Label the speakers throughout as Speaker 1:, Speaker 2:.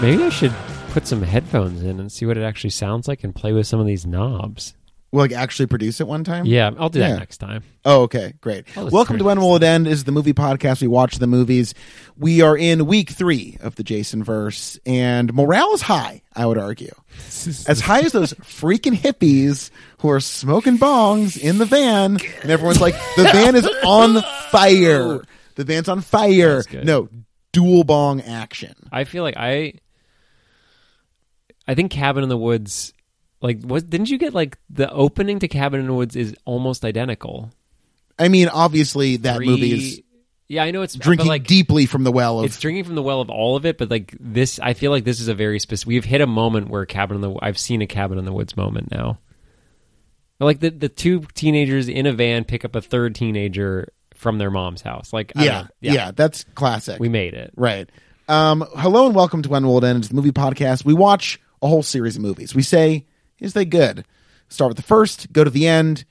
Speaker 1: Maybe I should put some headphones in and see what it actually sounds like and play with some of these knobs.
Speaker 2: Well, like actually produce it one time?
Speaker 1: Yeah, I'll do that
Speaker 2: Yeah.
Speaker 1: next time.
Speaker 2: Oh, okay, great.
Speaker 1: I'll just
Speaker 2: Welcome
Speaker 1: turn
Speaker 2: to When Will It End? This is the movie podcast. We watch the movies. We are in week three of the Jason verse, and morale is high, I would argue. As high as those freaking hippies who are smoking bongs in the van, and everyone's like, the van is on fire. The van's on fire.
Speaker 1: That's good.
Speaker 2: No, dual bong action.
Speaker 1: I feel like I I think Cabin in the Woods like was didn't you get like the opening to Cabin in the Woods is almost identical.
Speaker 2: I mean, obviously, that movie is
Speaker 1: Re- Yeah, I know it's but,
Speaker 2: drinking
Speaker 1: like
Speaker 2: deeply from the well of
Speaker 1: it's drinking from the well of all of it, but like this I feel like this is a very specific we've hit a moment where Cabin in the I've seen a Cabin in the Woods moment now. Like the the two teenagers in a van pick up a third teenager from their mom's house. Like I don't
Speaker 2: yeah,
Speaker 1: know.
Speaker 2: yeah, that's classic.
Speaker 1: We made it.
Speaker 2: Right. Um, hello and welcome to When Will It End? It's the movie podcast. We watch a whole series of movies. We say, is they good? Start with the first, go to the end.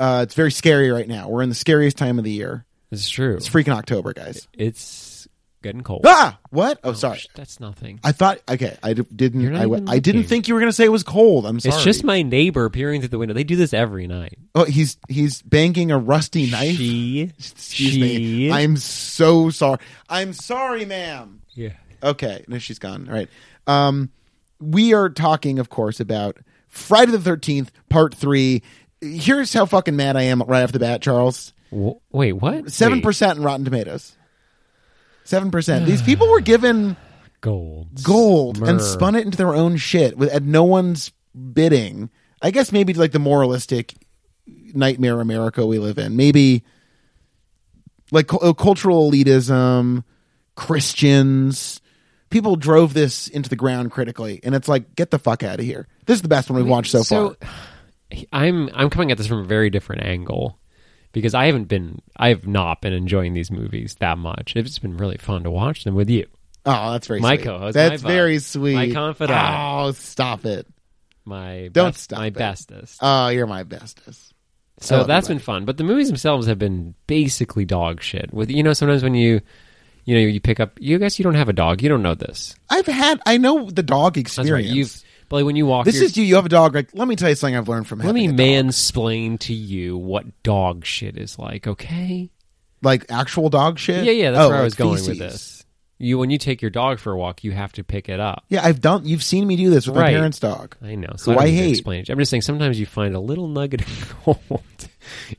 Speaker 2: Uh, it's very scary right now. We're in the scariest time of the year.
Speaker 1: It's true.
Speaker 2: It's freaking October, guys.
Speaker 1: It's getting cold.
Speaker 2: Ah, what? Oh, sorry.
Speaker 1: That's nothing.
Speaker 2: I thought. Okay, I d-
Speaker 1: You're
Speaker 2: didn't.
Speaker 1: not
Speaker 2: I, w-
Speaker 1: even
Speaker 2: I didn't
Speaker 1: looking.
Speaker 2: think you were gonna say it was cold. I'm sorry.
Speaker 1: It's just my neighbor peering through the window. They do this every night.
Speaker 2: Oh, he's he's banging a rusty knife.
Speaker 1: She,
Speaker 2: Excuse
Speaker 1: she,
Speaker 2: me. I'm so sorry. I'm sorry, ma'am.
Speaker 1: yeah.
Speaker 2: Okay, no, she's gone. All right. Um, we are talking, of course, about Friday the Thirteenth, Part Three. Here's how fucking mad I am right off the bat, Charles.
Speaker 1: Wh- wait, what?
Speaker 2: Seven percent in Rotten Tomatoes. Seven percent. These people were given
Speaker 1: gold,
Speaker 2: gold and spun it into their own shit with at no one's bidding. I guess maybe like the moralistic nightmare America we live in. Maybe like cu- uh, cultural elitism, Christians. People drove this into the ground critically, and it's like, get the fuck out of here. This is the best one we've watched so, far.
Speaker 1: I'm I'm coming at this from a very different angle because I haven't been I've not been enjoying these movies that much. It's been really fun to watch them with you.
Speaker 2: Oh, that's very
Speaker 1: My
Speaker 2: sweet.
Speaker 1: co-host, my
Speaker 2: That's
Speaker 1: bud,
Speaker 2: very sweet.
Speaker 1: my confidant.
Speaker 2: Oh, stop it.
Speaker 1: My
Speaker 2: Don't
Speaker 1: best,
Speaker 2: stop
Speaker 1: my
Speaker 2: it.
Speaker 1: bestest.
Speaker 2: Oh, you're my bestest. I
Speaker 1: So
Speaker 2: love
Speaker 1: that's
Speaker 2: you,
Speaker 1: been fun, but the movies themselves have been basically dog shit. With you know, sometimes when you, you know, you pick up, you guess you don't have a dog, you don't know this.
Speaker 2: I've had. I know the dog
Speaker 1: That's
Speaker 2: experience.
Speaker 1: right. You've, but like when you walk,
Speaker 2: This
Speaker 1: your-
Speaker 2: is you. You have a dog. Like, let me tell you something I've learned from.
Speaker 1: let me
Speaker 2: having a dog.
Speaker 1: mansplain to you what dog shit is like. Okay.
Speaker 2: like actual dog shit.
Speaker 1: Yeah, yeah. That's
Speaker 2: Oh,
Speaker 1: where I
Speaker 2: like
Speaker 1: was going with
Speaker 2: feces.
Speaker 1: this. You when you take your dog for a walk, you have to pick it up.
Speaker 2: Yeah, I've done. You've seen me do this with
Speaker 1: Right.
Speaker 2: my parents' dog.
Speaker 1: I know. So
Speaker 2: Who
Speaker 1: I,
Speaker 2: I
Speaker 1: don't need to
Speaker 2: hate.
Speaker 1: Explain it. I'm just saying. Sometimes you find a little nugget of gold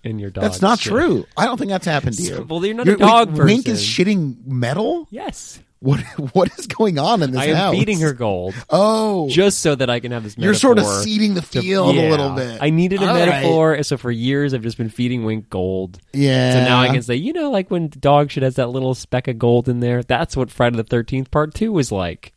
Speaker 1: in your dog.
Speaker 2: That's not
Speaker 1: shit.
Speaker 2: true. I don't think that's happened to you.
Speaker 1: Well, you're not a dog
Speaker 2: wait, Wink is
Speaker 1: person.
Speaker 2: shitting metal.
Speaker 1: Yes,
Speaker 2: What What is going on in this
Speaker 1: I am
Speaker 2: house?
Speaker 1: feeding her gold
Speaker 2: Oh,
Speaker 1: just so that I can have this.
Speaker 2: you're sort of
Speaker 1: metaphor
Speaker 2: seeding the
Speaker 1: to-
Speaker 2: field
Speaker 1: Yeah.
Speaker 2: a little bit.
Speaker 1: I needed a
Speaker 2: All right.
Speaker 1: metaphor, so for years I've just been feeding Wink gold.
Speaker 2: Yeah.
Speaker 1: So now I can say, you know, like when the dog shit has that little speck of gold in there, that's what Friday the 13th part 2 was like.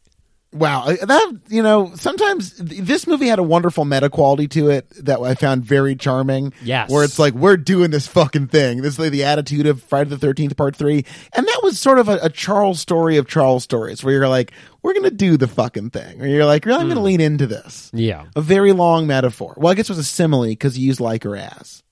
Speaker 2: Wow, I- that you know, sometimes th- this movie had a wonderful meta quality to it that I found very charming.
Speaker 1: Yes.
Speaker 2: where it's like we're doing this fucking thing. This is like the attitude of Friday the Thirteenth Part Three, and that was sort of a, a Charles story of Charles stories, where you're like, we're gonna do the fucking thing, or you're like, really, I'm
Speaker 1: Hmm.
Speaker 2: gonna lean into this.
Speaker 1: Yeah.
Speaker 2: A very long metaphor. Well, I guess it was a simile because you used like or as.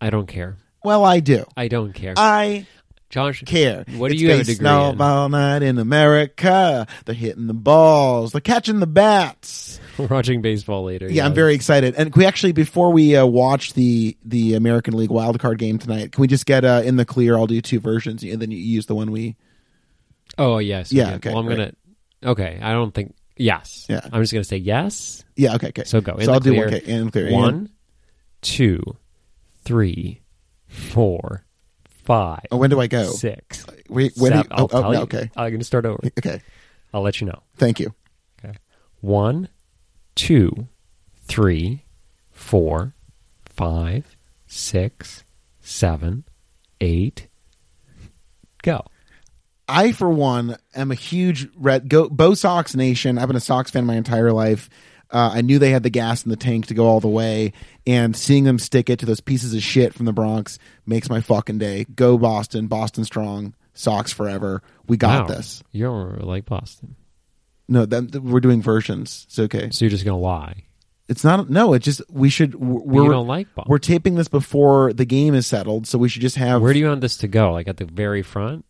Speaker 1: I don't care.
Speaker 2: Well, I do.
Speaker 1: I don't care.
Speaker 2: I
Speaker 1: Josh,
Speaker 2: care.
Speaker 1: What do
Speaker 2: It's
Speaker 1: you have a
Speaker 2: based
Speaker 1: degree
Speaker 2: now
Speaker 1: in?
Speaker 2: all night in America. They're hitting the balls. They're catching the bats.
Speaker 1: We're watching baseball later.
Speaker 2: Yeah, I'm very excited. And can we actually, before we uh, watch the the American League wildcard game tonight, can we just get uh, in the clear? I'll do two versions, and then you use the one we.
Speaker 1: Oh, yes.
Speaker 2: Yeah,
Speaker 1: okay.
Speaker 2: okay,
Speaker 1: well, I'm going
Speaker 2: great.
Speaker 1: to Okay, I don't think yes.
Speaker 2: Yeah.
Speaker 1: I'm just going to say yes.
Speaker 2: Yeah. Okay. Okay.
Speaker 1: So go. In the
Speaker 2: so I'll do
Speaker 1: clear.
Speaker 2: one. Okay, in the clear. And-
Speaker 1: One, two, three, four, five,
Speaker 2: oh, when do I go?
Speaker 1: six,
Speaker 2: Wait.
Speaker 1: seven.
Speaker 2: When? do you- oh,
Speaker 1: I'll
Speaker 2: oh,
Speaker 1: tell
Speaker 2: no,
Speaker 1: you.
Speaker 2: okay.
Speaker 1: I'm going to start over.
Speaker 2: Okay.
Speaker 1: I'll let you know.
Speaker 2: Thank you.
Speaker 1: Okay. One, two, three, four, five, six, seven, eight. Go.
Speaker 2: I, for one, am a huge red go Bo Sox nation. I've been a Sox fan my entire life. Uh, I knew they had the gas in the tank to go all the way, and seeing them stick it to those pieces of shit from the Bronx makes my fucking day. Go Boston, Boston strong, Sox forever. We got
Speaker 1: Wow.
Speaker 2: this.
Speaker 1: You're like Boston.
Speaker 2: No, that, that- we're doing versions. It's okay.
Speaker 1: So you're just gonna lie.
Speaker 2: It's not. No, it's just we should. We're
Speaker 1: But you
Speaker 2: we're-
Speaker 1: don't like Boston.
Speaker 2: we're taping this before the game is settled, so we should just have.
Speaker 1: Where do you want this to go? Like at the very front?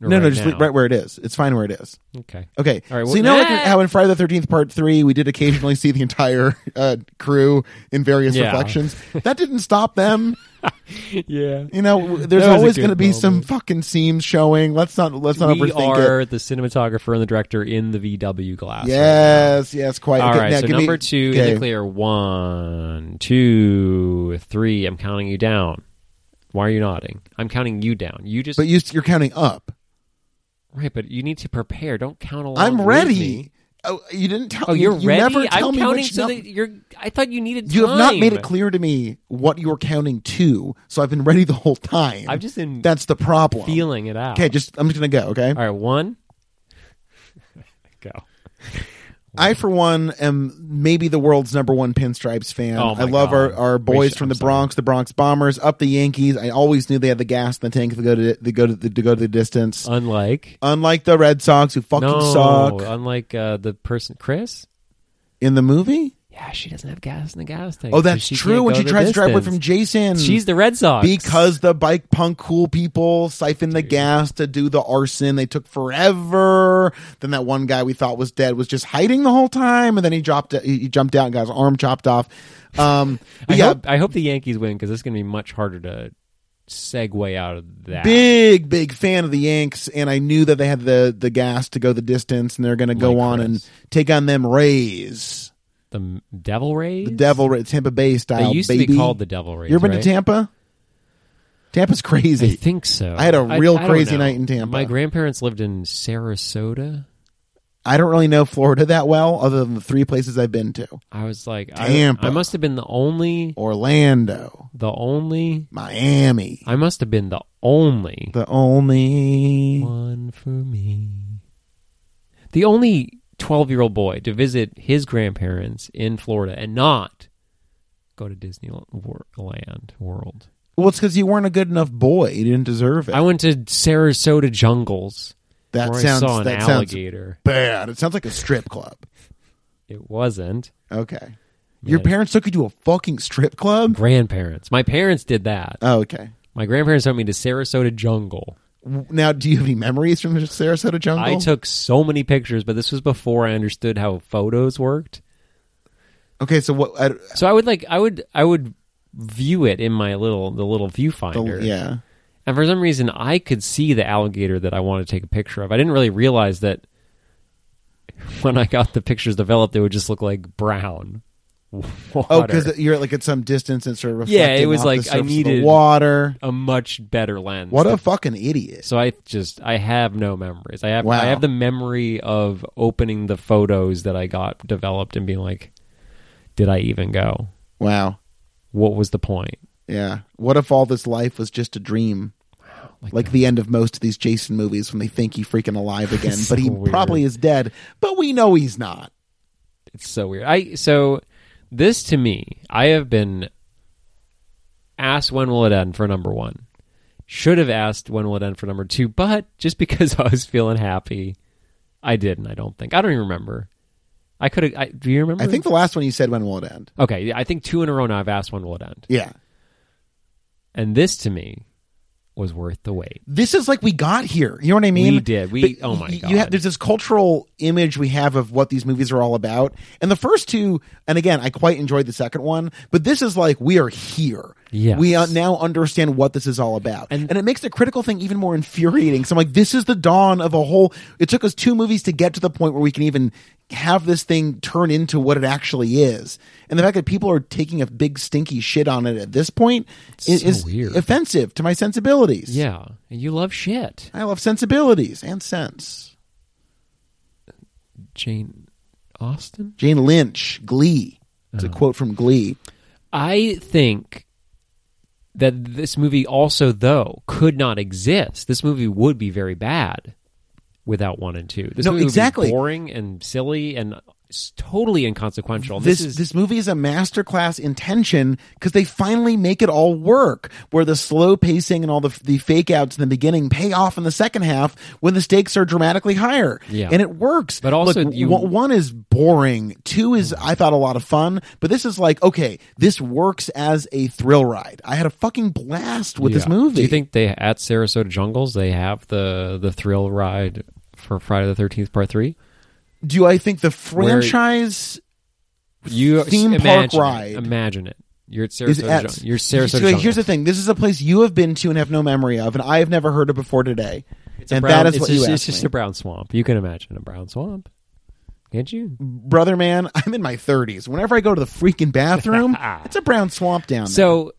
Speaker 1: Or
Speaker 2: no, no,
Speaker 1: right
Speaker 2: just
Speaker 1: now?
Speaker 2: right where it is. It's fine where it is.
Speaker 1: Okay.
Speaker 2: Okay.
Speaker 1: All right,
Speaker 2: so
Speaker 1: well-
Speaker 2: you know like
Speaker 1: Ah!
Speaker 2: how in Friday the Thirteenth Part Three we did occasionally see the entire uh, crew in various
Speaker 1: Yeah.
Speaker 2: reflections. That didn't stop them.
Speaker 1: Yeah.
Speaker 2: You know, w- there's
Speaker 1: That was a
Speaker 2: always
Speaker 1: good
Speaker 2: going to be some
Speaker 1: moment.
Speaker 2: fucking seams showing. Let's not let's not
Speaker 1: we
Speaker 2: overthink
Speaker 1: are
Speaker 2: it.
Speaker 1: the cinematographer and the director in the VW glass.
Speaker 2: Yes, yes, quite.
Speaker 1: All
Speaker 2: Okay,
Speaker 1: right.
Speaker 2: now
Speaker 1: so
Speaker 2: give me-
Speaker 1: number two in
Speaker 2: okay.
Speaker 1: the clear. One, two, three. I'm counting you down. Why are you nodding? I'm counting you down. You just
Speaker 2: But you, you're counting up.
Speaker 1: right, but you need to prepare. Don't count along.
Speaker 2: I'm
Speaker 1: with
Speaker 2: ready.
Speaker 1: me.
Speaker 2: Oh, you didn't tell.
Speaker 1: Oh, you're
Speaker 2: you
Speaker 1: ready.
Speaker 2: Never tell
Speaker 1: I'm
Speaker 2: me
Speaker 1: counting
Speaker 2: which
Speaker 1: so
Speaker 2: num-
Speaker 1: that you're. I thought you needed.
Speaker 2: You have not made it
Speaker 1: time.
Speaker 2: clear to me what you were counting to, so I've been ready the whole time.
Speaker 1: I've just been
Speaker 2: that's the problem.
Speaker 1: feeling it out.
Speaker 2: okay, just I'm just gonna go. Okay,
Speaker 1: All right, one. Go.
Speaker 2: I for one am maybe the world's number one pinstripes fan.
Speaker 1: Oh, my
Speaker 2: I love our,
Speaker 1: God.
Speaker 2: our
Speaker 1: We
Speaker 2: boys
Speaker 1: should-
Speaker 2: from
Speaker 1: I'm
Speaker 2: the
Speaker 1: sorry.
Speaker 2: Bronx, the Bronx Bombers, up the Yankees. I always knew they had the gas in the tank to go to to go to the, to go to the distance.
Speaker 1: Unlike
Speaker 2: Unlike the Red Sox, who fucking
Speaker 1: Uh, no,
Speaker 2: suck
Speaker 1: unlike uh, the person Chris.
Speaker 2: in the movie.
Speaker 1: Yeah, she doesn't have gas in the gas tank.
Speaker 2: Oh,
Speaker 1: so
Speaker 2: that's
Speaker 1: can't
Speaker 2: true. When
Speaker 1: go
Speaker 2: she
Speaker 1: the
Speaker 2: tries to drive away
Speaker 1: distance.
Speaker 2: from Jason,
Speaker 1: she's the Red Sox
Speaker 2: because the bike punk cool people siphoned the gas to do the arson. They took forever. Then that one guy we thought was dead was just hiding the whole time, and then he dropped. He he jumped out and got his arm chopped off. Um,
Speaker 1: I,
Speaker 2: but yeah,
Speaker 1: hope, I hope the Yankees win because it's going to be much harder to segue out of that.
Speaker 2: big big fan of the Yanks, and I knew that they had the the gas to go the distance, and they're going to go
Speaker 1: Like
Speaker 2: on
Speaker 1: Chris.
Speaker 2: and take on them Rays,
Speaker 1: the M- Devil Rays,
Speaker 2: the Devil Ra- Tampa Bay style.
Speaker 1: They used
Speaker 2: baby.
Speaker 1: to be called the Devil Rays.
Speaker 2: You ever been
Speaker 1: right?
Speaker 2: to Tampa? Tampa's
Speaker 1: I
Speaker 2: crazy.
Speaker 1: think so.
Speaker 2: I had a real
Speaker 1: don't
Speaker 2: crazy
Speaker 1: know.
Speaker 2: night in Tampa.
Speaker 1: My grandparents lived in Sarasota.
Speaker 2: I don't really know Florida that well, other than the three places I've been to.
Speaker 1: I was like,
Speaker 2: Tampa.
Speaker 1: I, I must have been the only,
Speaker 2: Orlando,
Speaker 1: the only.
Speaker 2: Miami,
Speaker 1: I must have been the only
Speaker 2: the only.
Speaker 1: one for me. The only 12 year old boy to visit his grandparents in Florida and not go to Disneyland World.
Speaker 2: Well, it's because you weren't a good enough boy. You didn't deserve it.
Speaker 1: I went to Sarasota jungles
Speaker 2: that
Speaker 1: where
Speaker 2: sounds
Speaker 1: I saw an
Speaker 2: that sounds
Speaker 1: alligator.
Speaker 2: bad. It sounds like a strip club.
Speaker 1: It wasn't.
Speaker 2: Okay, your parents took you to a fucking strip club.
Speaker 1: Grandparents. My parents did that.
Speaker 2: Oh, okay.
Speaker 1: My grandparents took me to Sarasota jungle.
Speaker 2: W- Now, do you have any memories from the Sarasota jungle?
Speaker 1: I took so many pictures, but this was before I understood how photos worked.
Speaker 2: Okay, so what? I,
Speaker 1: So I would like I would I would view it in my little the little viewfinder.
Speaker 2: the, yeah,
Speaker 1: And for some reason I could see the alligator that I wanted to take a picture of. I didn't really realize that when I got the pictures developed it would just look like brown. Water.
Speaker 2: oh, because you're like at some distance and sort of
Speaker 1: Yeah,
Speaker 2: reflecting
Speaker 1: it was
Speaker 2: off
Speaker 1: like,
Speaker 2: the
Speaker 1: I
Speaker 2: surface of the
Speaker 1: needed-
Speaker 2: water.
Speaker 1: a much better lens.
Speaker 2: What a fucking idiot!
Speaker 1: so I just I have no memories. I have
Speaker 2: Wow.
Speaker 1: I have the memory of opening the photos that I got developed and being like did I even go?
Speaker 2: Wow.
Speaker 1: What was the point?
Speaker 2: Yeah. What if all this life was just a dream? Like the end of most of these Jason movies when they think he freaking alive again,
Speaker 1: So
Speaker 2: but he
Speaker 1: weird.
Speaker 2: probably is dead, but we know he's not.
Speaker 1: It's so weird. I so this to me, I have been asked when will it end for number one. Should have asked when will it end for number two, but just because I was feeling happy, I didn't. I don't think. I don't even remember. I could have. I, do you remember?
Speaker 2: I think the last one you said, when will it end?
Speaker 1: Okay, yeah, I think two in a row now. I've asked when will it end,
Speaker 2: Yeah.
Speaker 1: and this to me was worth the wait.
Speaker 2: This is like we got here. You know what I mean?
Speaker 1: We did. We-
Speaker 2: But
Speaker 1: oh my
Speaker 2: y-
Speaker 1: God.
Speaker 2: You have, there's this cultural image we have of what these movies are all about, and the first two. And again, I quite enjoyed the second one, but this is like we are here.
Speaker 1: Yes.
Speaker 2: we uh, now understand what this is all about, and, it makes the critical thing even more infuriating. So I'm like, this is the dawn of a whole. It took us two movies to get to the point where we can even have this thing turn into what it actually is, and the fact that people are taking a big stinky shit on it at this point is,
Speaker 1: so
Speaker 2: is
Speaker 1: weird.
Speaker 2: offensive to my sensibilities.
Speaker 1: Yeah, and you love shit,
Speaker 2: I love sensibilities and sense.
Speaker 1: Jane Austen.
Speaker 2: Jane Lynch, Glee. It's
Speaker 1: Uh-huh.
Speaker 2: a quote from Glee.
Speaker 1: I think that this movie also, though, could not exist. This movie would be very bad without one and two. This
Speaker 2: No,
Speaker 1: movie
Speaker 2: exactly.
Speaker 1: would be boring and silly and s- totally inconsequential.
Speaker 2: this
Speaker 1: This, is
Speaker 2: this movie is a masterclass in tension because they finally make it all work. Where the slow pacing and all the the fake outs in the beginning pay off in the second half when the stakes are dramatically higher.
Speaker 1: Yeah.
Speaker 2: and it works.
Speaker 1: But also
Speaker 2: Look,
Speaker 1: you- Mm.
Speaker 2: one- one is boring. Two is I thought a lot of fun, but this is like okay, this works as a thrill ride. I had a fucking blast with this
Speaker 1: Yeah.
Speaker 2: movie.
Speaker 1: Do you think they at Sarasota Jungles they have the the thrill ride for Friday the Thirteenth Part Three?
Speaker 2: Do I think the franchise?
Speaker 1: You
Speaker 2: Theme park
Speaker 1: imagine it.
Speaker 2: ride.
Speaker 1: Imagine it. You're at
Speaker 2: Is
Speaker 1: Sarasota.
Speaker 2: at,
Speaker 1: Jung- you're Sarasota.
Speaker 2: So
Speaker 1: Jungles.
Speaker 2: here's the thing: this is a place you have been to and have no memory of, and I have never heard of before today.
Speaker 1: It's a
Speaker 2: and
Speaker 1: brown-
Speaker 2: that is
Speaker 1: it's
Speaker 2: what
Speaker 1: just,
Speaker 2: you
Speaker 1: It's
Speaker 2: asked
Speaker 1: just
Speaker 2: me.
Speaker 1: a brown swamp. You can imagine a brown swamp, can't you?
Speaker 2: brother man i'm in my 30s whenever i go to the freaking bathroom it's a brown swamp down there.
Speaker 1: So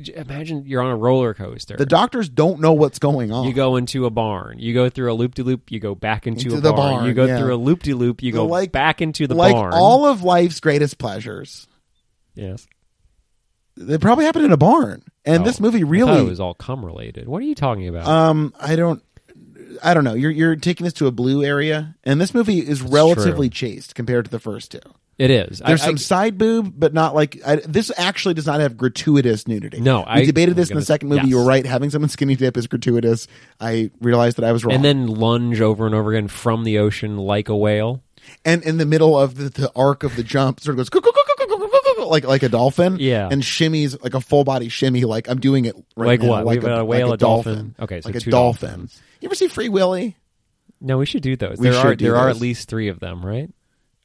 Speaker 1: j- imagine you're on a roller coaster.
Speaker 2: the doctors don't know what's going on
Speaker 1: you go into a barn. You go through a loop de loop. You go back into,
Speaker 2: Into
Speaker 1: a
Speaker 2: the
Speaker 1: barn.
Speaker 2: barn,
Speaker 1: You go
Speaker 2: yeah.
Speaker 1: through a loop de loop. You go
Speaker 2: Like-
Speaker 1: back into the
Speaker 2: like
Speaker 1: barn.
Speaker 2: all of life's greatest pleasures
Speaker 1: yes.
Speaker 2: they probably happened in a barn and
Speaker 1: Oh,
Speaker 2: this movie
Speaker 1: I thought
Speaker 2: really
Speaker 1: it was all cum related. What are you talking about?
Speaker 2: um i don't i don't know you're you're taking this to a blue area and this movie is relatively chaste compared to the first two
Speaker 1: it is. I-
Speaker 2: there's
Speaker 1: I-
Speaker 2: some side boob but not like I, this actually does not have gratuitous nudity
Speaker 1: No,
Speaker 2: we
Speaker 1: I-
Speaker 2: debated
Speaker 1: I'm
Speaker 2: this in
Speaker 1: gonna-
Speaker 2: the second movie
Speaker 1: yes.
Speaker 2: you were right having someone skinny dip is gratuitous i realized that i was wrong
Speaker 1: and then lunge over and over again from the ocean like a whale.
Speaker 2: and in the middle of the, the arc of the jump sort of goes "Coo, coo, coo, coo, coo, coo, coo, coo," like like a dolphin
Speaker 1: Yeah.
Speaker 2: and shimmies like a full body shimmy like i'm doing it right
Speaker 1: Like
Speaker 2: now,
Speaker 1: what?
Speaker 2: like
Speaker 1: We've got a whale,
Speaker 2: like
Speaker 1: a dolphin. Okay, so
Speaker 2: like
Speaker 1: two
Speaker 2: a dolphin
Speaker 1: dolphins.
Speaker 2: you ever see free willy
Speaker 1: No, we should do those.
Speaker 2: We
Speaker 1: there are
Speaker 2: should do
Speaker 1: there are at
Speaker 2: those.
Speaker 1: least three of them, right?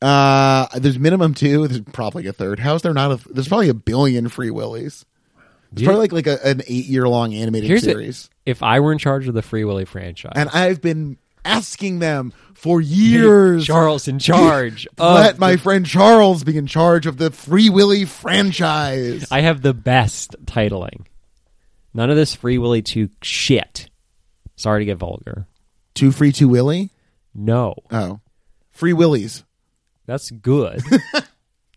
Speaker 2: uh there's minimum two there's probably a third how's there not a there's probably a billion free willies it's
Speaker 1: Do you-
Speaker 2: probably like like a, an eight year long animated
Speaker 1: Here's the-
Speaker 2: series
Speaker 1: If I were in charge of the Free Willy franchise,
Speaker 2: and i've been asking them for years
Speaker 1: Charles in charge. of
Speaker 2: let my friend charles be in charge of the free willy franchise
Speaker 1: I have the best titling. None of this Free Willy 2 shit. Sorry to get vulgar.
Speaker 2: two free two willy
Speaker 1: No,
Speaker 2: Oh. Free Willies.
Speaker 1: that's good.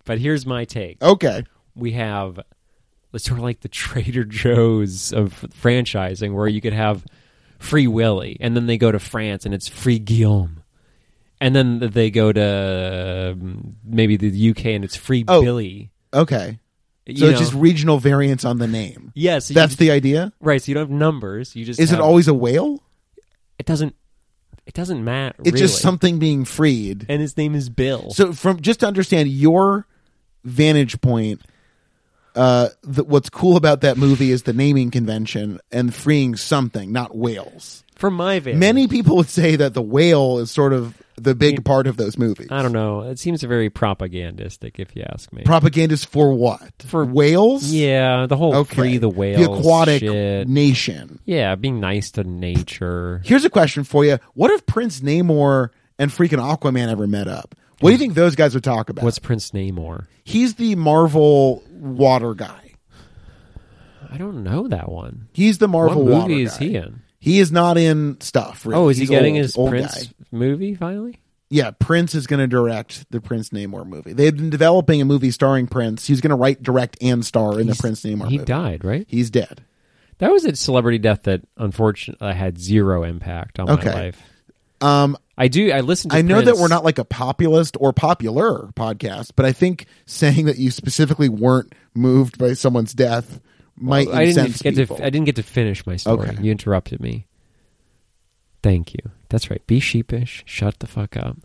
Speaker 1: but here's my take.
Speaker 2: Okay.
Speaker 1: We have it's sort of like the Trader Joe's of franchising where you could have Free Willy and then they go to France and it's Free Guillaume. And then they go to um, maybe the UK and it's Free
Speaker 2: Oh.
Speaker 1: Billy.
Speaker 2: Okay.
Speaker 1: You
Speaker 2: So it's
Speaker 1: know?
Speaker 2: just regional variants on the name.
Speaker 1: yeah, so you
Speaker 2: That's
Speaker 1: just-
Speaker 2: the idea?
Speaker 1: right. So you don't have numbers. You just
Speaker 2: Is it
Speaker 1: have-
Speaker 2: always a whale?
Speaker 1: it doesn't it doesn't matter.
Speaker 2: It's just
Speaker 1: really.
Speaker 2: something being freed.
Speaker 1: and his name is Bill.
Speaker 2: So from just to understand your vantage point, uh th- what's cool about that movie is the naming convention and freeing something, not whales.
Speaker 1: from my vantage,
Speaker 2: Many people would say that the whale is sort of the big part of those movies.
Speaker 1: I don't know. It seems very propagandistic, if you ask me.
Speaker 2: Propagandist for what?
Speaker 1: For-
Speaker 2: whales?
Speaker 1: yeah, the whole
Speaker 2: Okay.
Speaker 1: free the whale,
Speaker 2: The aquatic
Speaker 1: shit.
Speaker 2: nation.
Speaker 1: yeah, being nice to nature.
Speaker 2: Here's a question for you: What if Prince Namor and freaking Aquaman ever met up? What do you think those guys would talk about?
Speaker 1: What's Prince Namor?
Speaker 2: He's the Marvel water guy.
Speaker 1: I don't know that one.
Speaker 2: He's the Marvel
Speaker 1: what
Speaker 2: water
Speaker 1: movie is
Speaker 2: guy.
Speaker 1: he in?
Speaker 2: He is not in stuff. Really.
Speaker 1: Oh, is
Speaker 2: He's
Speaker 1: he getting
Speaker 2: old-
Speaker 1: his
Speaker 2: old
Speaker 1: Prince
Speaker 2: guy.
Speaker 1: movie finally?
Speaker 2: Yeah, Prince is going to direct the Prince Namor movie. They've been developing a movie starring Prince. He's going to write, direct, and star in the
Speaker 1: He's-
Speaker 2: Prince Namor
Speaker 1: He
Speaker 2: movie.
Speaker 1: died, right?
Speaker 2: He's dead.
Speaker 1: That was a celebrity death that unfortunately had zero impact on
Speaker 2: Okay.
Speaker 1: my life.
Speaker 2: Um,
Speaker 1: I do. I listened. to
Speaker 2: I know that
Speaker 1: Prince.
Speaker 2: we're not like a populist or popular podcast, but I think saying that you specifically weren't moved by someone's death might
Speaker 1: I
Speaker 2: incense
Speaker 1: didn't get
Speaker 2: people.
Speaker 1: to. I didn't get to finish my story.
Speaker 2: Okay.
Speaker 1: You interrupted me. Thank you. That's right. Be sheepish. Shut the fuck up.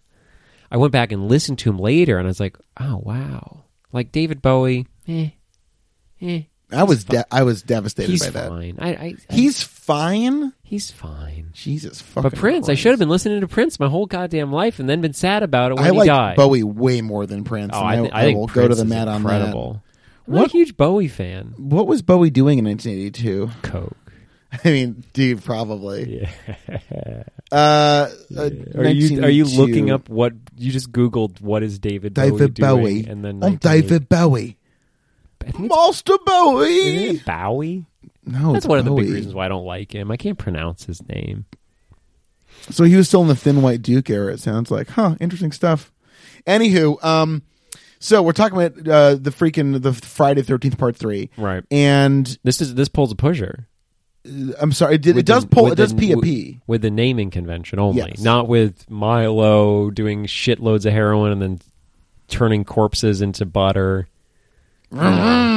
Speaker 1: I went back and listened to him later, and I was like, "Oh wow!" Like David Bowie. Eh, eh.
Speaker 2: I, was de- I was devastated
Speaker 1: He's
Speaker 2: by that.
Speaker 1: fine. I, I, I-
Speaker 2: He's fine.
Speaker 1: he's fine.
Speaker 2: Jesus fucking.
Speaker 1: But Prince, I
Speaker 2: Christ.
Speaker 1: should have been listening to Prince my whole goddamn life, and then been sad about it when
Speaker 2: I
Speaker 1: he
Speaker 2: like
Speaker 1: died.
Speaker 2: Bowie way more than Prince.
Speaker 1: oh,
Speaker 2: and
Speaker 1: I,
Speaker 2: I,
Speaker 1: thi- I
Speaker 2: I
Speaker 1: think
Speaker 2: will
Speaker 1: Prince
Speaker 2: go to the
Speaker 1: is
Speaker 2: mat on that.
Speaker 1: incredible. I'm not
Speaker 2: What-
Speaker 1: a huge Bowie fan.
Speaker 2: What was Bowie doing in 1982?
Speaker 1: Coke.
Speaker 2: I mean, dude, probably.
Speaker 1: Yeah.
Speaker 2: Uh, uh,
Speaker 1: Are you are you
Speaker 2: 1982.
Speaker 1: looking up what you just googled? What is David Bowie
Speaker 2: David
Speaker 1: doing?
Speaker 2: Bowie?
Speaker 1: And then
Speaker 2: I'm
Speaker 1: 1980
Speaker 2: David Bowie.
Speaker 1: I think it's-
Speaker 2: Master Bowie.
Speaker 1: isn't it Bowie.
Speaker 2: No,
Speaker 1: That's
Speaker 2: it's
Speaker 1: one of the big
Speaker 2: Oh, Bowie.
Speaker 1: reasons why I don't like him. I can't pronounce his name.
Speaker 2: So he was still in the thin white Duke era. It sounds like, huh? Interesting stuff. Anywho, um, so we're talking about uh, the freaking the Friday Thirteenth Part Three,
Speaker 1: Right.
Speaker 2: and uh,
Speaker 1: This is this pulls a pusher.
Speaker 2: I'm sorry, it, did, it
Speaker 1: With
Speaker 2: does
Speaker 1: the-
Speaker 2: pull.
Speaker 1: with
Speaker 2: It does
Speaker 1: the-
Speaker 2: pee a
Speaker 1: with-
Speaker 2: pee.
Speaker 1: with the naming convention only,
Speaker 2: Yes.
Speaker 1: not with Milo doing shitloads of heroin and then turning corpses into butter.
Speaker 2: Mm-hmm.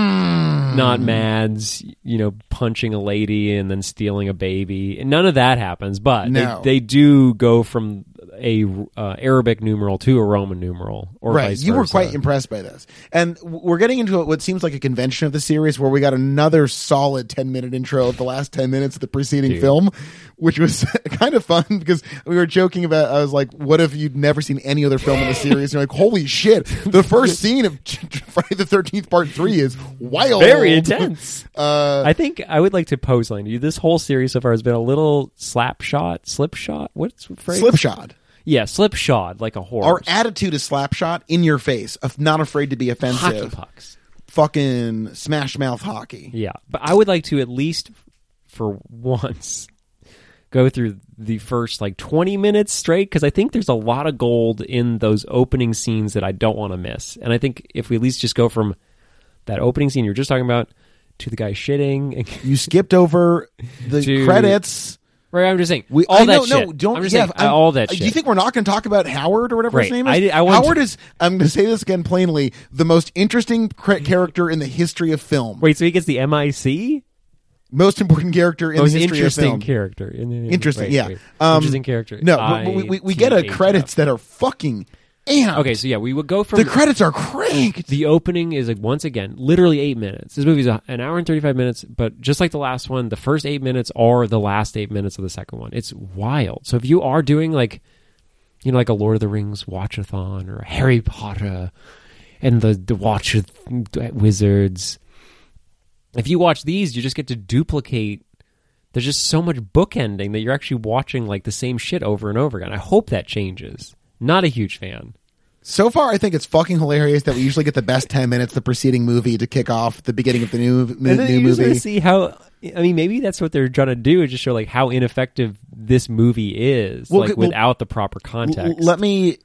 Speaker 1: Not Mads, you know, punching a lady and then stealing a baby. And none of that happens, but
Speaker 2: No.
Speaker 1: they, they do go from a uh, Arabic numeral to a Roman numeral, or
Speaker 2: right.
Speaker 1: vice
Speaker 2: You were
Speaker 1: versa.
Speaker 2: quite impressed by this, and w- we're getting into what seems like a convention of the series, where we got another solid ten-minute intro of the last ten minutes of the preceding film, which was kind of fun because we were joking about. I was like, "What if you'd never seen any other film in the series?" And you're like, "Holy shit!" The first scene of Friday the Thirteenth Part Three is wild,
Speaker 1: very intense.
Speaker 2: Uh,
Speaker 1: I think I would like to pose line to you. This whole series so far has been a little slap shot, slip shot. What's the phrase?
Speaker 2: slipshod.
Speaker 1: Yeah, slip shod, like a horse.
Speaker 2: Our attitude is slapshot, in your face, of not afraid to be
Speaker 1: hockey
Speaker 2: offensive.
Speaker 1: pucks.
Speaker 2: Fucking smash mouth hockey.
Speaker 1: Yeah, but I would like to at least for once go through the first like 20 minutes straight because I think there's a lot of gold in those opening scenes that I don't want to miss. And I think if we at least just go from that opening scene you're just talking about to the guy shitting and
Speaker 2: You skipped over the
Speaker 1: To-
Speaker 2: credits.
Speaker 1: right I'm just saying
Speaker 2: We
Speaker 1: all
Speaker 2: I
Speaker 1: that
Speaker 2: know,
Speaker 1: shit.
Speaker 2: No, don't.
Speaker 1: I'm just
Speaker 2: yeah,
Speaker 1: saying uh,
Speaker 2: I'm- uh,
Speaker 1: all that shit.
Speaker 2: Do you think we're not going to talk about Howard or whatever his
Speaker 1: Right.
Speaker 2: name
Speaker 1: I
Speaker 2: is?
Speaker 1: did- I wanted
Speaker 2: Howard
Speaker 1: to-
Speaker 2: is. I'm going to say this again plainly. The most interesting cra- character in the history of film.
Speaker 1: Wait, so he gets the MIC?
Speaker 2: Most important character in
Speaker 1: Most
Speaker 2: the Oh, history of
Speaker 1: interesting
Speaker 2: film.
Speaker 1: character. In the,
Speaker 2: Interesting,
Speaker 1: right,
Speaker 2: yeah.
Speaker 1: right.
Speaker 2: Um,
Speaker 1: interesting character.
Speaker 2: no, but we, we, we get a
Speaker 1: ITHF.
Speaker 2: credits that are fucking. amped.
Speaker 1: Okay, so yeah, we would go from
Speaker 2: the credits are cranked.
Speaker 1: the opening is like once again literally eight minutes. This movie's a- an hour and thirty five minutes, but just like the last one, the first eight minutes are the last eight minutes of the second one. It's wild. So if you are doing like, you know, like a Lord of the Rings watchathon or a Harry Potter and the the Watch Wizards, if you watch these, you just get to duplicate. There's just so much bookending that you're actually watching like the same shit over and over again. I hope that changes. Not a huge fan.
Speaker 2: So far, I think it's fucking hilarious that we usually get the best ten minutes of the preceding movie to kick off the beginning of the new
Speaker 1: and then
Speaker 2: new
Speaker 1: you just want
Speaker 2: movie.
Speaker 1: to see how. I mean, maybe that's what they're trying to do is just show like how ineffective this movie is,
Speaker 2: Well,
Speaker 1: like
Speaker 2: okay, well,
Speaker 1: without the proper
Speaker 2: L-
Speaker 1: context.
Speaker 2: Let me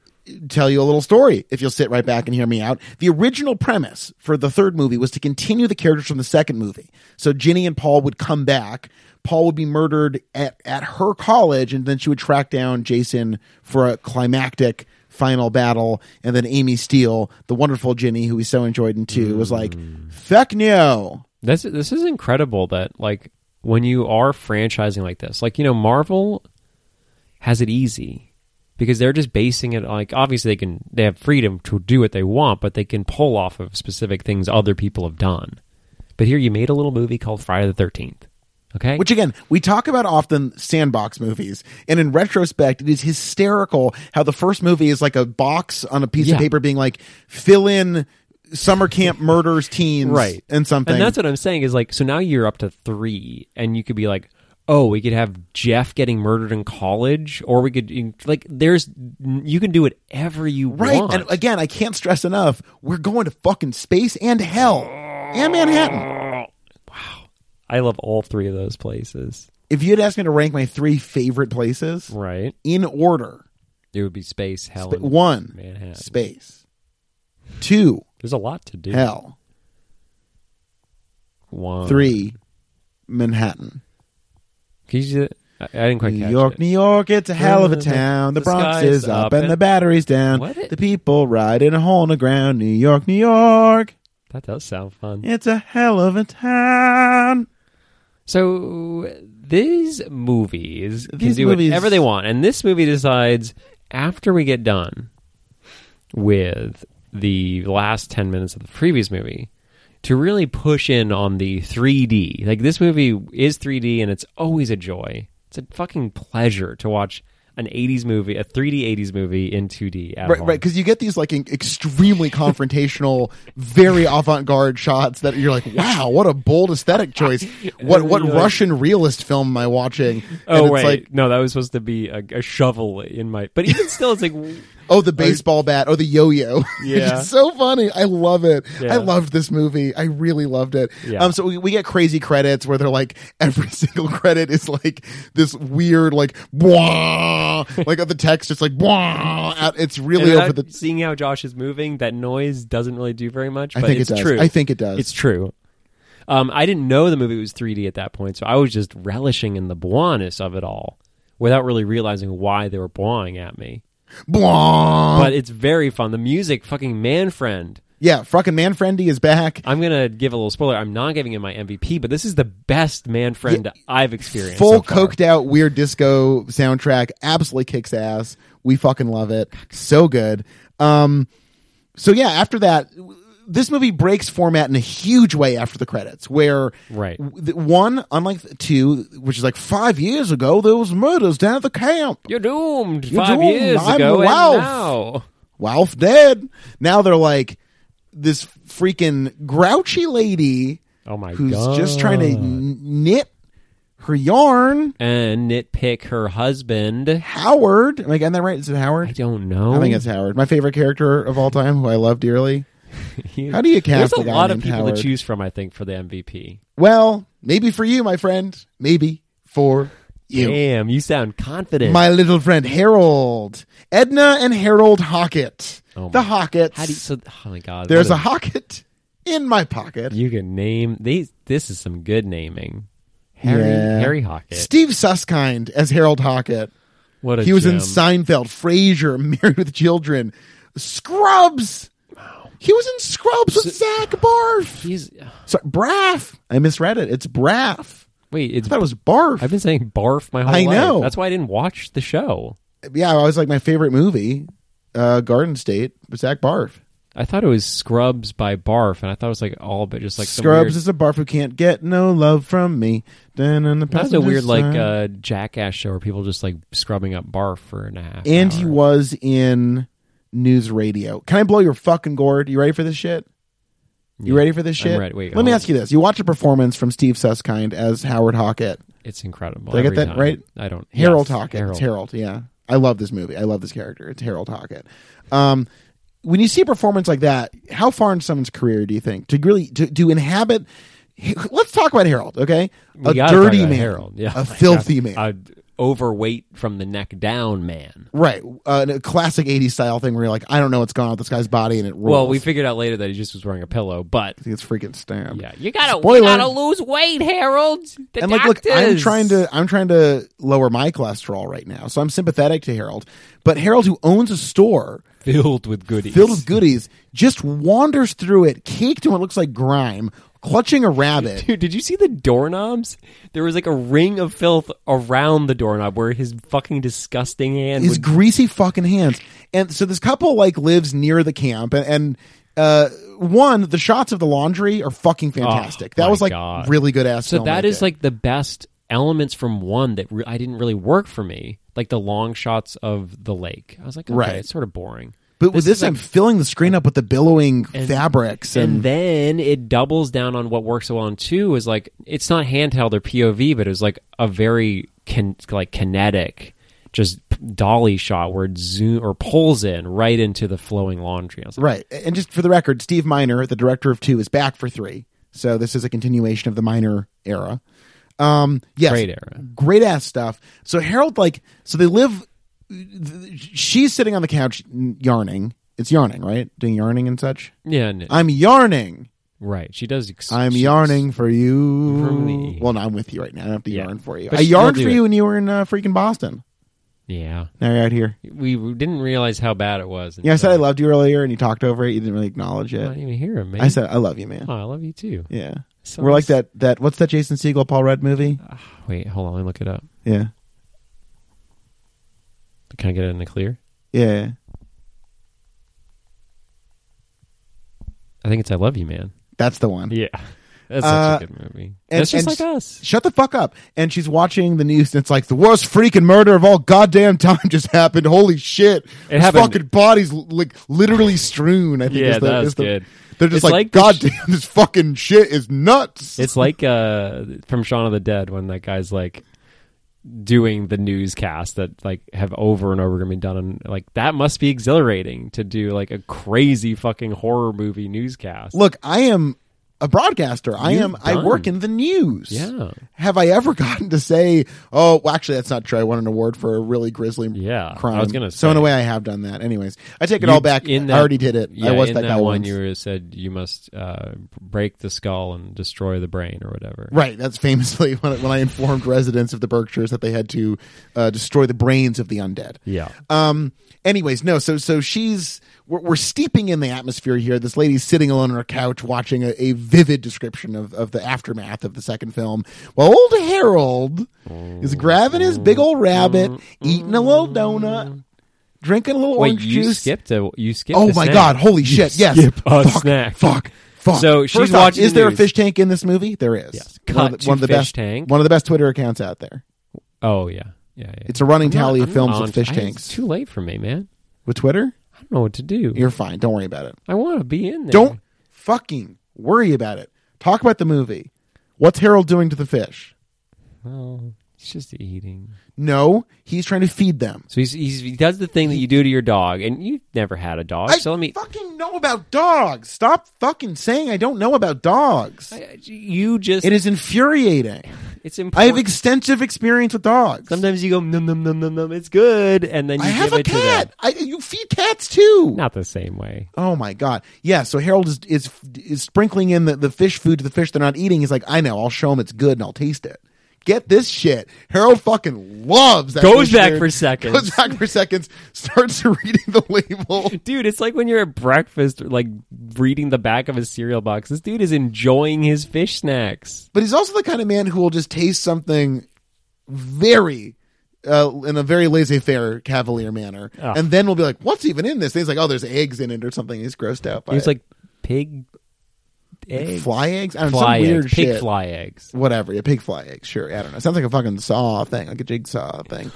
Speaker 2: tell you a little story if you'll sit right back and hear me out. The original premise for the third movie was to continue the characters from the second movie. So Ginny and Paul would come back. Paul would be murdered at, at her college, and then she would track down Jason for a climactic final battle. And then Amy Steele, the wonderful Ginny, who we so enjoyed in two, was like, Feck no.
Speaker 1: This this is incredible that like when you are franchising like this, like you know Marvel has it easy because they're just basing it like obviously they can they have freedom to do what they want, but they can pull off of specific things other people have done. But here you made a little movie called Friday the Thirteenth, okay?
Speaker 2: Which again, we talk about often sandbox movies, and in retrospect, it is hysterical how the first movie is like a box on a piece
Speaker 1: Yeah.
Speaker 2: of paper being like, fill in summer camp murders teens
Speaker 1: right
Speaker 2: and something.
Speaker 1: and that's what i'm saying is like so now you're up to three and you could be like oh we could have jeff getting murdered in college or we could like there's you can do whatever you
Speaker 2: right.
Speaker 1: want
Speaker 2: And again, I can't stress enough, we're going to fucking space and hell. And Manhattan.
Speaker 1: i love all three of those places
Speaker 2: If you had asked me to rank my three favorite places
Speaker 1: right
Speaker 2: in order,
Speaker 1: it would be space hell and
Speaker 2: one
Speaker 1: manhattan
Speaker 2: space. Two
Speaker 1: there's a lot to do
Speaker 2: hell.
Speaker 1: one
Speaker 2: Three Manhattan.
Speaker 1: Can you do that? I, I didn't quite
Speaker 2: New
Speaker 1: catch
Speaker 2: York,
Speaker 1: it.
Speaker 2: New York, it's a hell of a
Speaker 1: The-
Speaker 2: town. The,
Speaker 1: the
Speaker 2: Bronx
Speaker 1: sky's
Speaker 2: is up,
Speaker 1: up
Speaker 2: and,
Speaker 1: and-
Speaker 2: the battery's down.
Speaker 1: What it-
Speaker 2: The people ride in a hole in the ground. New York, New York,
Speaker 1: that does sound fun
Speaker 2: it's a hell of a town.
Speaker 1: So these movies can
Speaker 2: These
Speaker 1: do
Speaker 2: movies-
Speaker 1: whatever they want, and this movie decides after we get done with the last ten minutes of the previous movie to really push in on the 3D. Like this movie is 3D, and it's always a joy. It's a fucking pleasure to watch an 80s movie, a 3D 80s movie in 2D. At
Speaker 2: Right,
Speaker 1: home.
Speaker 2: right, because you get these like in- extremely confrontational, very avant-garde shots that you're like, "Wow, what a bold aesthetic choice! What what
Speaker 1: Really?
Speaker 2: Russian realist film am I watching?" And
Speaker 1: Oh
Speaker 2: it's
Speaker 1: wait,
Speaker 2: like,
Speaker 1: no, that was supposed to be a, a shovel in my. But even still, it's like
Speaker 2: "Oh, the baseball bat! Oh, the yo-yo!"
Speaker 1: Yeah.
Speaker 2: it's so funny. I love it.
Speaker 1: Yeah.
Speaker 2: I loved this movie. I really loved it.
Speaker 1: Yeah.
Speaker 2: Um, so we, we get crazy credits where they're like every single credit is like this weird like bwah, like the text just like bwah. out. It's really
Speaker 1: And
Speaker 2: over
Speaker 1: without
Speaker 2: the.
Speaker 1: seeing how Josh is moving, that noise doesn't really do very much.
Speaker 2: I
Speaker 1: But
Speaker 2: think it
Speaker 1: it's
Speaker 2: does.
Speaker 1: true.
Speaker 2: I think it does.
Speaker 1: it's true. Um, I didn't know the movie was 3D at that point, so I was just relishing in the bluaness of it all, without really realizing why they were bluing at me.
Speaker 2: Blah.
Speaker 1: but it's very fun. The music, fucking man friend.
Speaker 2: yeah, fucking man friendy is back.
Speaker 1: I'm gonna give a little spoiler. I'm not giving him my MVP, but this is the best man friend I've experienced. so
Speaker 2: Full
Speaker 1: far.
Speaker 2: coked out weird disco soundtrack absolutely kicks ass. We fucking love it. So good. Um so yeah, after that w- this movie breaks format in a huge way after the credits where
Speaker 1: Right.
Speaker 2: w- th- one unlike th- two which is like 5 years ago there was murders down at the camp.
Speaker 1: You're doomed.
Speaker 2: You're
Speaker 1: five
Speaker 2: doomed.
Speaker 1: years
Speaker 2: I'm
Speaker 1: ago,
Speaker 2: Ralph.
Speaker 1: and now
Speaker 2: Ralph dead. Now they're like this freaking grouchy lady
Speaker 1: Oh my
Speaker 2: who's
Speaker 1: god!
Speaker 2: just trying to kn- knit her yarn.
Speaker 1: and nitpick her husband.
Speaker 2: Howard, am I getting that right? Is it Howard?
Speaker 1: I don't know.
Speaker 2: I think it's Howard, my favorite character of all time, who I love dearly.
Speaker 1: He-
Speaker 2: How do you cast
Speaker 1: There's a
Speaker 2: a guy
Speaker 1: lot of
Speaker 2: named
Speaker 1: people
Speaker 2: Howard?
Speaker 1: to choose from. I think for the MVP.
Speaker 2: Well, maybe for you, my friend. Maybe for you,
Speaker 1: Damn, you sound confident.
Speaker 2: my little friend Harold, Edna, and Harold Hockett.
Speaker 1: Oh
Speaker 2: the
Speaker 1: my-
Speaker 2: Hocketts.
Speaker 1: How do you, so, oh my god!
Speaker 2: There's a
Speaker 1: what
Speaker 2: Hockett in my pocket.
Speaker 1: you can name these. This is some good naming. Harry
Speaker 2: Yeah.
Speaker 1: Harry Hockett.
Speaker 2: Steve Susskind as Harold Hockett.
Speaker 1: what a
Speaker 2: He was in
Speaker 1: gem.
Speaker 2: Seinfeld, Frasier, Married with Children, Scrubs. He was in Scrubs with Zach Barf.
Speaker 1: He's
Speaker 2: Sorry, Braff. I misread it. It's Braff.
Speaker 1: wait. It's
Speaker 2: I thought it was Barf.
Speaker 1: I've been saying barf my whole
Speaker 2: I
Speaker 1: life.
Speaker 2: know.
Speaker 1: That's why I didn't watch the show.
Speaker 2: yeah, I was like my favorite movie, uh, Garden State, with Zach Barf.
Speaker 1: I thought it was Scrubs by Barf, and I thought it was like all but just like some
Speaker 2: Scrubs
Speaker 1: weird-
Speaker 2: is a barf who can't get no love from me. Then on the
Speaker 1: That was a
Speaker 2: passenger
Speaker 1: weird like
Speaker 2: side.
Speaker 1: uh, jackass show where people just like scrubbing up barf for an hour.
Speaker 2: and he was in News Radio. Can I blow your fucking gourd? You ready for this shit? You
Speaker 1: Yeah.
Speaker 2: ready for this
Speaker 1: I'm
Speaker 2: shit?
Speaker 1: ready. Wait,
Speaker 2: Let me
Speaker 1: hold
Speaker 2: ask you this: You watch a performance from Steve Susskind as Howard Hockett,
Speaker 1: It's incredible.
Speaker 2: Did I get
Speaker 1: every
Speaker 2: that
Speaker 1: time.
Speaker 2: right?
Speaker 1: I don't.
Speaker 2: Harold
Speaker 1: yes,
Speaker 2: Hockett. It's Harold. Yeah, I love this movie. I love this character. It's Harold Hockett. Um, when you see a performance like that, how far in someone's career do you think to really to, to inhabit? Let's talk about Harold. Okay,
Speaker 1: We
Speaker 2: a
Speaker 1: gotta talk
Speaker 2: dirty
Speaker 1: about
Speaker 2: man,
Speaker 1: Harold. Yeah. Oh
Speaker 2: a filthy man.
Speaker 1: A overweight from the neck down man.
Speaker 2: Right, uh, a classic '80s style thing where you're like, I don't know what's going on with this guy's body, and it rolls.
Speaker 1: Well, we figured out later that he just was wearing a pillow, but
Speaker 2: He gets freaking stabbed.
Speaker 1: yeah, you gotta
Speaker 2: Spoiler.
Speaker 1: we gotta lose weight, Harold. The
Speaker 2: and like, look, I'm
Speaker 1: doctors.
Speaker 2: trying to I'm trying to lower my cholesterol right now, so I'm sympathetic to Harold. But Harold, who owns a store
Speaker 1: filled with goodies.
Speaker 2: filled with goodies, just wanders through it, caked in what looks like grime, clutching a rabbit.
Speaker 1: Dude, did you see the doorknobs? There was like a ring of filth around the doorknob where his fucking disgusting hand
Speaker 2: his
Speaker 1: would
Speaker 2: greasy fucking hands. And so this couple like lives near the camp and, and uh one, the shots of the laundry are fucking fantastic. that
Speaker 1: Oh my
Speaker 2: was like
Speaker 1: God.
Speaker 2: really good ass.
Speaker 1: So that is like the best elements from one that re- I didn't really work for me, like the long shots of the lake. I was like, okay,
Speaker 2: Right.
Speaker 1: it's sort of boring.
Speaker 2: But with this,
Speaker 1: is, like-
Speaker 2: I'm filling the screen up with the billowing fabrics and,
Speaker 1: and then it doubles down on what works so well in two is like it's not handheld or POV, but it was like a very kin- like kinetic, just dolly shot where it zoom or pulls in right into the flowing laundry. I was like,
Speaker 2: Right. And just for the record, Steve Miner, the director of two, is back for three. So this is a continuation of the Miner era. Um, yes.
Speaker 1: Great era.
Speaker 2: Great ass stuff. So Harold, like, so they live. She's sitting on the couch yarning. It's yarning, right? Doing yarning and such.
Speaker 1: yeah, n-
Speaker 2: I'm yarning.
Speaker 1: right. She does. Ex-
Speaker 2: I'm
Speaker 1: she-
Speaker 2: yarning for you.
Speaker 1: For me.
Speaker 2: Well, no, I'm with you right now. I don't have to
Speaker 1: Yeah.
Speaker 2: yarn for you.
Speaker 1: But
Speaker 2: I
Speaker 1: she'll
Speaker 2: yarned
Speaker 1: do
Speaker 2: for
Speaker 1: it.
Speaker 2: you when you were in uh, freaking Boston.
Speaker 1: Yeah,
Speaker 2: Now you're out here.
Speaker 1: we we didn't realize how bad it was.
Speaker 2: Yeah, I said I
Speaker 1: until-
Speaker 2: loved you earlier, and you talked over it. You didn't really acknowledge
Speaker 1: I
Speaker 2: it.
Speaker 1: didn't even hear him. Man.
Speaker 2: I said I love you, man.
Speaker 1: Oh, I love you too.
Speaker 2: Yeah.
Speaker 1: So
Speaker 2: We're like
Speaker 1: it's-
Speaker 2: that that what's that Jason Siegel Paul Rudd movie?
Speaker 1: Uh, Wait, hold on. Let me look it up.
Speaker 2: Yeah.
Speaker 1: Can I get it in the clear?
Speaker 2: Yeah.
Speaker 1: I think it's I Love You Man.
Speaker 2: That's the one.
Speaker 1: Yeah. That's
Speaker 2: Uh,
Speaker 1: such a good movie.
Speaker 2: and-
Speaker 1: That's just
Speaker 2: and
Speaker 1: like us.
Speaker 2: Shut the fuck up. And she's watching the news and it's like the worst freaking murder of all goddamn time just happened. Holy shit.
Speaker 1: It happened-
Speaker 2: fucking bodies like literally strewn, I think
Speaker 1: Yeah,
Speaker 2: is the,
Speaker 1: that was
Speaker 2: is the-
Speaker 1: good.
Speaker 2: They're just
Speaker 1: It's
Speaker 2: like,
Speaker 1: like-
Speaker 2: goddamn this fucking shit is nuts.
Speaker 1: It's like uh, from Shaun of the Dead when that guy's like doing the newscast that like have over and over been done and like that must be exhilarating to do like a crazy fucking horror movie newscast.
Speaker 2: Look, I am a broadcaster. I
Speaker 1: You've
Speaker 2: am. I work
Speaker 1: done.
Speaker 2: in the news.
Speaker 1: Yeah.
Speaker 2: Have I ever gotten to say, "Oh, well, actually, that's not true. I won an award for a really grisly
Speaker 1: Yeah, I
Speaker 2: crime."
Speaker 1: was gonna
Speaker 2: So in
Speaker 1: say.
Speaker 2: a way, I have done that. Anyways, I take it
Speaker 1: You-
Speaker 2: all back. I already did it.
Speaker 1: yeah,
Speaker 2: I was
Speaker 1: in
Speaker 2: that, guy
Speaker 1: one.
Speaker 2: once.
Speaker 1: You said you must uh, break the skull and destroy the brain or whatever.
Speaker 2: Right, that's famously when, I- when I informed residents of the Berkshires that they had to uh, destroy the brains of the undead.
Speaker 1: Yeah.
Speaker 2: Um. Anyways, no. So so she's we're, we're steeping in the atmosphere here. This lady's sitting alone on her couch watching a, a vivid description of, of the aftermath of the second film. While old Harold is grabbing his big old rabbit, eating a little donut, drinking a little
Speaker 1: Wait,
Speaker 2: orange
Speaker 1: you
Speaker 2: juice.
Speaker 1: skipped a you skipped.
Speaker 2: oh
Speaker 1: a
Speaker 2: my
Speaker 1: snack.
Speaker 2: god! Holy shit! yes.
Speaker 1: skip a
Speaker 2: fuck,
Speaker 1: snack.
Speaker 2: Fuck. Fuck.
Speaker 1: So she's
Speaker 2: First off,
Speaker 1: watching
Speaker 2: Is
Speaker 1: the
Speaker 2: there a
Speaker 1: news.
Speaker 2: fish tank in this movie? There is.
Speaker 1: Yes.
Speaker 2: One of
Speaker 1: Cut
Speaker 2: the, one of
Speaker 1: to
Speaker 2: the
Speaker 1: fish
Speaker 2: best
Speaker 1: tank.
Speaker 2: One of the best Twitter accounts out there.
Speaker 1: Oh yeah, yeah. yeah.
Speaker 2: It's a running tally
Speaker 1: I'm
Speaker 2: of films
Speaker 1: on-
Speaker 2: with fish
Speaker 1: I- It's
Speaker 2: tanks.
Speaker 1: too late for me, man.
Speaker 2: With Twitter,
Speaker 1: I don't know what to do.
Speaker 2: you're fine. Don't worry about it.
Speaker 1: I want to be in there.
Speaker 2: Don't fucking worry about it. Talk about the movie. What's Harold doing to the fish?
Speaker 1: Well, it's just eating.
Speaker 2: No, he's trying to feed them.
Speaker 1: So he's, he's he does the thing that you do to your dog, and you've never had a dog.
Speaker 2: I
Speaker 1: so let me.
Speaker 2: fucking know about dogs. Stop fucking saying I don't know about dogs.
Speaker 1: I- you just
Speaker 2: it is infuriating.
Speaker 1: it's
Speaker 2: I
Speaker 1: important.
Speaker 2: have extensive experience with dogs.
Speaker 1: Sometimes you go num num num num num. It's good, and then you
Speaker 2: I have
Speaker 1: give
Speaker 2: a
Speaker 1: it to them.
Speaker 2: cat. I, you feed cats too.
Speaker 1: Not the same way.
Speaker 2: Oh my god! Yeah, so Harold is is, is sprinkling in the, the fish food to the fish they're not eating. He's like, I know, I'll show them it's good and I'll taste it. Get this shit. Harold fucking loves that.
Speaker 1: Goes
Speaker 2: fish
Speaker 1: back
Speaker 2: food.
Speaker 1: for seconds.
Speaker 2: Goes back for seconds. Starts reading the label.
Speaker 1: Dude, it's like when you're at breakfast, like reading the back of a cereal box. This dude is enjoying his fish snacks.
Speaker 2: But he's also the kind of man who will just taste something very uh, in a very laissez-faire cavalier manner,
Speaker 1: Ah.
Speaker 2: and then we'll be like, "What's even in this?" Things like, "Oh, there's eggs in it or something." He's grossed out by
Speaker 1: He's
Speaker 2: it.
Speaker 1: like pig, egg,
Speaker 2: fly eggs. I don't know,
Speaker 1: fly
Speaker 2: some weird
Speaker 1: eggs, pig
Speaker 2: shit.
Speaker 1: fly eggs.
Speaker 2: whatever, yeah, pig fly egg, sure. I don't know. Sounds like a fucking saw thing, like a jigsaw thing.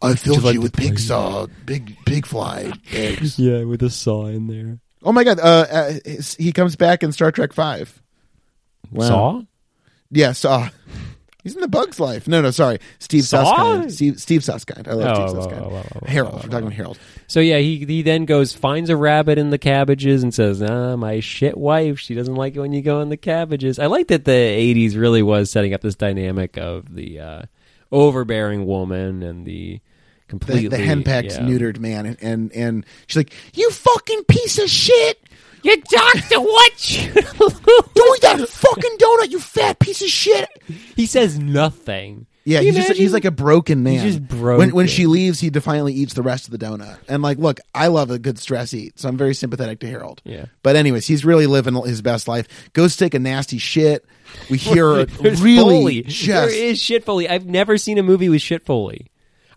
Speaker 2: I filled you with pig saw, big pig fly eggs.
Speaker 1: Yeah, with a saw in there.
Speaker 2: Oh my god! Uh, uh, his- he comes back in Star Trek Five. Wow.
Speaker 1: Saw?
Speaker 2: Yeah, saw. He's in the Bug's Life. No, no, sorry, Steve
Speaker 1: Saw?
Speaker 2: Susskind. Steve, Steve Susskind. I love
Speaker 1: Oh,
Speaker 2: Steve
Speaker 1: oh,
Speaker 2: Susskind.
Speaker 1: oh, oh, oh, oh,
Speaker 2: Harold. We're talking about Harold.
Speaker 1: So yeah, he he then goes finds a rabbit in the cabbages and says, "Ah, my shit wife, she doesn't like it when you go in the cabbages." I like that the '80s really was setting up this dynamic of the uh, overbearing woman and the completely
Speaker 2: The, the henpecked,
Speaker 1: yeah.
Speaker 2: neutered man, and, and and she's like, "You fucking piece of shit!
Speaker 1: Your doctor, what? you-"
Speaker 2: Do eat that fucking donut, you fat piece of shit!"
Speaker 1: he says nothing.
Speaker 2: Yeah,
Speaker 1: Can you
Speaker 2: he's just,
Speaker 1: imagine?
Speaker 2: he's like a broken man.
Speaker 1: just broke
Speaker 2: When, when
Speaker 1: it.
Speaker 2: she leaves, he defiantly eats the rest of the donut. And like, look, I love a good stress eat, so I'm very sympathetic to Harold.
Speaker 1: Yeah.
Speaker 2: But anyways, he's really living his best life. Goes take a nasty shit. We hear a
Speaker 1: There's
Speaker 2: really
Speaker 1: Foley. there
Speaker 2: just
Speaker 1: is shit Foley. I've never seen a movie with shit Foley.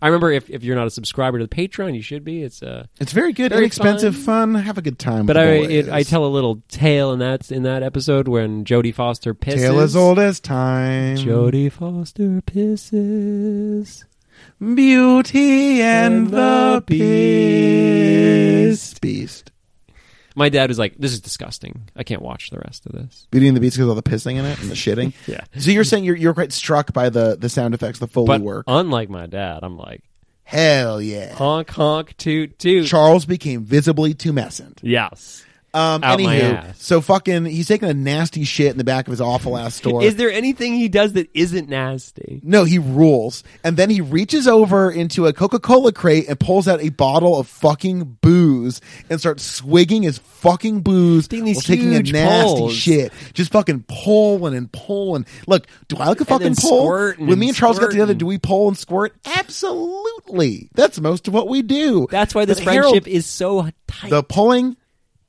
Speaker 1: I remember if, if you're not a subscriber to the Patreon, you should be. It's uh
Speaker 2: it's very good,
Speaker 1: Very
Speaker 2: inexpensive, fun. Have a good time.
Speaker 1: But I
Speaker 2: with the
Speaker 1: it, I
Speaker 2: boys.
Speaker 1: tell a little tale in that in that episode when Jodie Foster pisses. Mm.
Speaker 2: tale as old as time,
Speaker 1: Jodie Foster pisses.
Speaker 2: beauty and,
Speaker 1: And
Speaker 2: the
Speaker 1: the
Speaker 2: beast. Beast.
Speaker 1: My dad was like, "This is disgusting. I can't watch the rest of this."
Speaker 2: Beauty and the Beast because all the pissing in it and the shitting.
Speaker 1: Yeah.
Speaker 2: So you're saying you're you're quite struck by the the sound effects, the Foley
Speaker 1: But uh,
Speaker 2: work.
Speaker 1: unlike my dad, I'm like
Speaker 2: Hell yeah.
Speaker 1: honk honk toot toot.
Speaker 2: Charles became visibly tumescent.
Speaker 1: yes.
Speaker 2: Um,
Speaker 1: Out my
Speaker 2: anywho,
Speaker 1: ass.
Speaker 2: so fucking, he's taking a nasty shit in the back of his awful ass store.
Speaker 1: Is there anything he does that isn't nasty?
Speaker 2: no, he rules. And then he reaches over into a Coca Cola crate and pulls out a bottle of fucking booze and starts swigging his fucking booze
Speaker 1: Taking these
Speaker 2: while taking a
Speaker 1: huge
Speaker 2: nasty
Speaker 1: pulls.
Speaker 2: shit. Just fucking pulling and pulling. Look, do I like a
Speaker 1: then
Speaker 2: fucking pull?
Speaker 1: squirting
Speaker 2: When me
Speaker 1: and
Speaker 2: and Charles got together,
Speaker 1: squirting.
Speaker 2: do we pull and squirt? Absolutely. That's most of what we do.
Speaker 1: That's why this
Speaker 2: But
Speaker 1: friendship
Speaker 2: Harold-
Speaker 1: is so tight.
Speaker 2: the pulling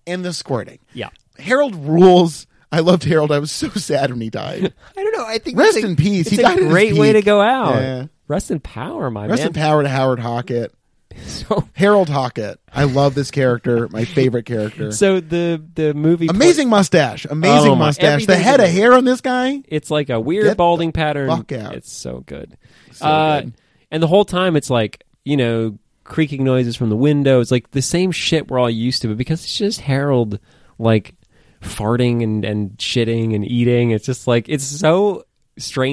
Speaker 2: and the squirting.
Speaker 1: yeah.
Speaker 2: Harold rules. I loved Harold. I was so sad when he died.
Speaker 1: I don't know. I think
Speaker 2: Rest
Speaker 1: it's a-
Speaker 2: in peace.
Speaker 1: It's
Speaker 2: He
Speaker 1: a
Speaker 2: died at his
Speaker 1: great way
Speaker 2: peak.
Speaker 1: to go out.
Speaker 2: Yeah.
Speaker 1: Rest in power, my
Speaker 2: Rest
Speaker 1: man.
Speaker 2: in power to Howard Hockett.
Speaker 1: so
Speaker 2: Harold Hockett. I love this character. My favorite character.
Speaker 1: So the the movie
Speaker 2: amazing mustache. Amazing
Speaker 1: Oh my-
Speaker 2: mustache. The
Speaker 1: everything's
Speaker 2: head of
Speaker 1: amazing.
Speaker 2: hair on this guy.
Speaker 1: It's like a weird
Speaker 2: Get the
Speaker 1: balding pattern.
Speaker 2: fuck out.
Speaker 1: It's so good. uh,
Speaker 2: good.
Speaker 1: And the whole time it's like you know creaking noises from the window. It's like the same shit we're all used to, but because it's just Harold like farting and and shitting and eating, it's just like it's so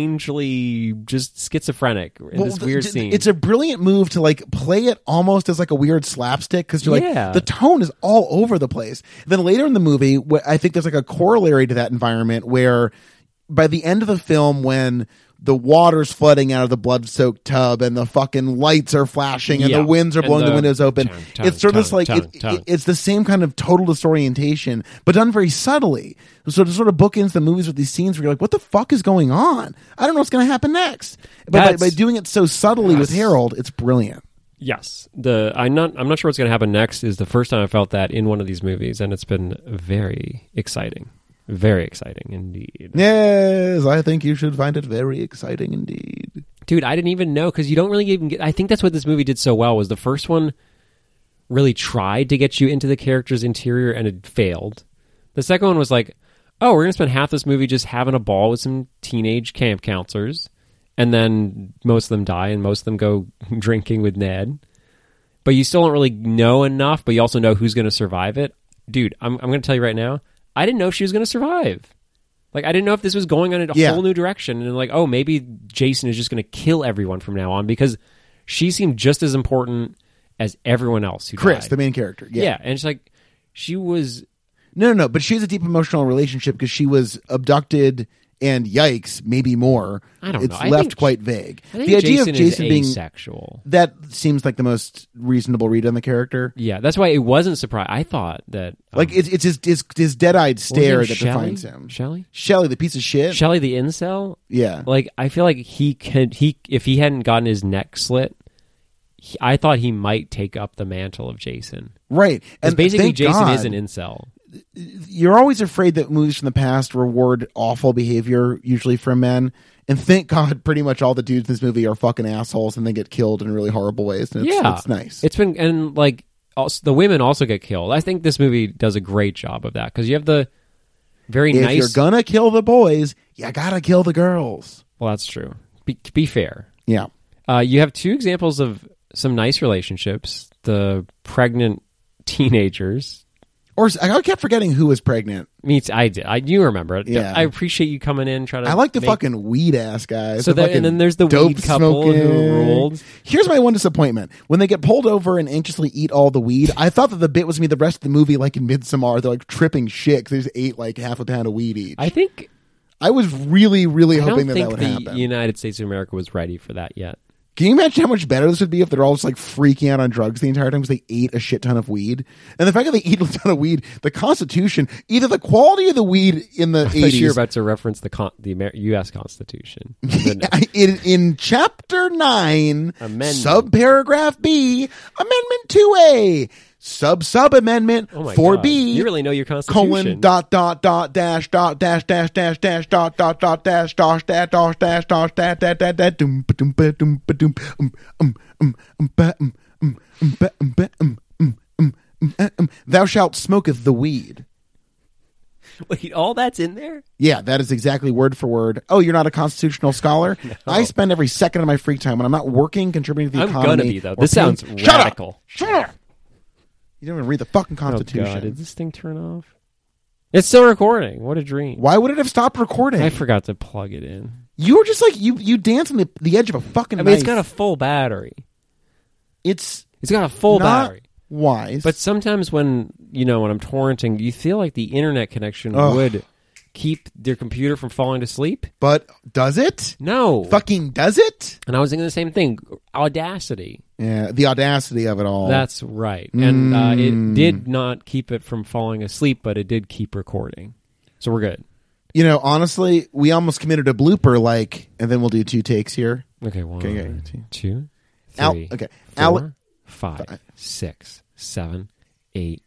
Speaker 1: strangely just schizophrenic in
Speaker 2: Well,
Speaker 1: this
Speaker 2: th-
Speaker 1: weird
Speaker 2: th-
Speaker 1: scene.
Speaker 2: It's a brilliant move to like play it almost as like a weird slapstick because you're
Speaker 1: Yeah.
Speaker 2: like the tone is all over the place. Then later in the movie, wh- I think there's like a corollary to that environment where by the end of the film, when the water's flooding out of the blood-soaked tub and the fucking lights are flashing and
Speaker 1: Yeah.
Speaker 2: the winds are
Speaker 1: And
Speaker 2: blowing the,
Speaker 1: the-
Speaker 2: windows open,
Speaker 1: Tongue, tongue,
Speaker 2: it's sort of this
Speaker 1: tongue,
Speaker 2: like
Speaker 1: tongue,
Speaker 2: it-
Speaker 1: tongue.
Speaker 2: it- it's the same kind of total disorientation, but done very subtly. So it sort of bookends the movies with these scenes where you're like, "What the fuck is going on? I don't know what's going to happen next." But by,
Speaker 1: That's-
Speaker 2: by doing it so subtly with Harold, it's brilliant.
Speaker 1: yes, the I'm not I'm not sure what's going to happen next is the first time I felt that in one of these movies, and it's been very exciting, very exciting indeed.
Speaker 2: Yes, I think you should find it very exciting indeed.
Speaker 1: dude i didn't even know because you don't really even get i think that's what this movie did so well was the first one really tried to get you into the character's interior and it failed the second one was like oh we're gonna spend half this movie just having a ball with some teenage camp counselors and then most of them die and most of them go drinking with ned but you still don't really know enough but you also know who's gonna survive it dude i'm, I'm gonna tell you right now i didn't know if she was gonna survive like I didn't know if this was going on in a
Speaker 2: Yeah.
Speaker 1: whole new direction, and like, oh, maybe Jason is just going to kill everyone from now on because she seemed just as important as everyone else who
Speaker 2: Chris,
Speaker 1: died.
Speaker 2: the main character.
Speaker 1: yeah.
Speaker 2: Yeah.
Speaker 1: and she's like, she was
Speaker 2: No, no, no. But she has a deep emotional relationship because she was abducted and yikes, maybe more.
Speaker 1: I don't
Speaker 2: it's
Speaker 1: know. I
Speaker 2: left
Speaker 1: think-
Speaker 2: quite vague.
Speaker 1: I think
Speaker 2: the idea
Speaker 1: Jason
Speaker 2: of Jason
Speaker 1: is
Speaker 2: being
Speaker 1: asexual.
Speaker 2: that seems like the most reasonable read on the character.
Speaker 1: Yeah, that's why it wasn't surprised. I thought that um,
Speaker 2: Like it's it's his his, his dead
Speaker 1: what
Speaker 2: eyed
Speaker 1: was her
Speaker 2: stare that
Speaker 1: name? Shelley?
Speaker 2: defines him.
Speaker 1: Shelley,
Speaker 2: Shelley, the piece of shit.
Speaker 1: Shelley, the incel.
Speaker 2: yeah,
Speaker 1: Like I feel like he could he if he hadn't gotten his neck slit, he, I thought he might take up the mantle of Jason.
Speaker 2: right.
Speaker 1: 'Cause
Speaker 2: And
Speaker 1: basically,
Speaker 2: thank
Speaker 1: Jason
Speaker 2: God,
Speaker 1: is an incel.
Speaker 2: You're always afraid that movies from the past reward awful behavior, usually from men. And thank God, pretty much all the dudes in this movie are fucking assholes, and they get killed in really horrible ways. And it's,
Speaker 1: yeah,
Speaker 2: it's nice.
Speaker 1: It's been and like also, the women also get killed. I think this movie does a great job of that because you have the very
Speaker 2: if
Speaker 1: nice.
Speaker 2: you're gonna kill the boys, you gotta kill the girls.
Speaker 1: well, that's true. Be, to be fair,
Speaker 2: Yeah,
Speaker 1: uh, you have two examples of some nice relationships: the pregnant teenagers.
Speaker 2: or I kept forgetting who was pregnant.
Speaker 1: Meets I did I you remember it.
Speaker 2: Yeah.
Speaker 1: I appreciate you coming in trying to.
Speaker 2: I like the
Speaker 1: make-
Speaker 2: fucking weed ass guys.
Speaker 1: So
Speaker 2: The
Speaker 1: that- and
Speaker 2: fucking
Speaker 1: then there's the
Speaker 2: dope
Speaker 1: weed couple who
Speaker 2: smoking.
Speaker 1: ruled.
Speaker 2: Here's my one disappointment: when they get pulled over and anxiously eat all the weed, I thought that the bit was gonna be the rest of the movie, like in Midsommar, they're like tripping shit 'cause they just ate like half a pound of weed each. I,
Speaker 1: I think
Speaker 2: was really, really
Speaker 1: I don't
Speaker 2: hoping that that
Speaker 1: think
Speaker 2: would
Speaker 1: the
Speaker 2: happen.
Speaker 1: United States of America was ready for that yet.
Speaker 2: Can you imagine how much better this would be if they're all just like freaking out on drugs the entire time because they ate a shit ton of weed? And the fact that they eat a ton of weed, the Constitution, either the quality of the weed in the
Speaker 1: But you're
Speaker 2: eighties
Speaker 1: about to reference the con- the Amer- U.S. Constitution. The-
Speaker 2: I- in, in chapter 9
Speaker 1: Amendment.
Speaker 2: subparagraph b amendment 2a sub sub amendment
Speaker 1: Oh my
Speaker 2: 4b
Speaker 1: God. You really know your constitution.
Speaker 2: colon dot dot dot dash dot dash dash dash dash dot dot dot dash dash dash dash dash dash dash dash dash dash doom ba doom ba doom ba doom um um um um ba um um um ba um ba um um um um eh, um thou shalt smoketh the weed
Speaker 1: Wait, all that's in there?
Speaker 2: Yeah, that is exactly word for word. Oh, you're not a constitutional scholar? I spend every second of my free time when I'm not working contributing to the
Speaker 1: I'm
Speaker 2: economy.
Speaker 1: gonna be though.
Speaker 2: or
Speaker 1: This
Speaker 2: paying-
Speaker 1: sounds
Speaker 2: Shut up!
Speaker 1: radical.
Speaker 2: Shut up! You don't even read the fucking
Speaker 1: Oh
Speaker 2: Constitution.
Speaker 1: god, did this thing turn off? It's still recording. What a dream.
Speaker 2: Why would it have stopped recording?
Speaker 1: I forgot to plug it in.
Speaker 2: you were just like you. You dance on the, the edge of a fucking.
Speaker 1: I mean, it's
Speaker 2: knife.
Speaker 1: got a full battery.
Speaker 2: It's
Speaker 1: It's got a full
Speaker 2: not
Speaker 1: battery.
Speaker 2: wise.
Speaker 1: But sometimes when, you know, when I'm torrenting, you feel like the internet connection
Speaker 2: Ugh.
Speaker 1: would keep your computer from falling to sleep?
Speaker 2: but does it?
Speaker 1: No.
Speaker 2: Fucking does it?
Speaker 1: And I was thinking the same thing. Audacity.
Speaker 2: Yeah, the audacity of it all.
Speaker 1: That's right. And uh, it
Speaker 2: Hmm.
Speaker 1: did not keep it from falling asleep, but it did keep recording. So we're good.
Speaker 2: you know, honestly, we almost committed a blooper. Like, and then we'll do two takes here.
Speaker 1: Okay, one,
Speaker 2: Okay, okay, two.
Speaker 1: two,
Speaker 2: Al-
Speaker 1: three,
Speaker 2: okay,
Speaker 1: four,
Speaker 2: Al- uh,
Speaker 1: five, six, seven, eight,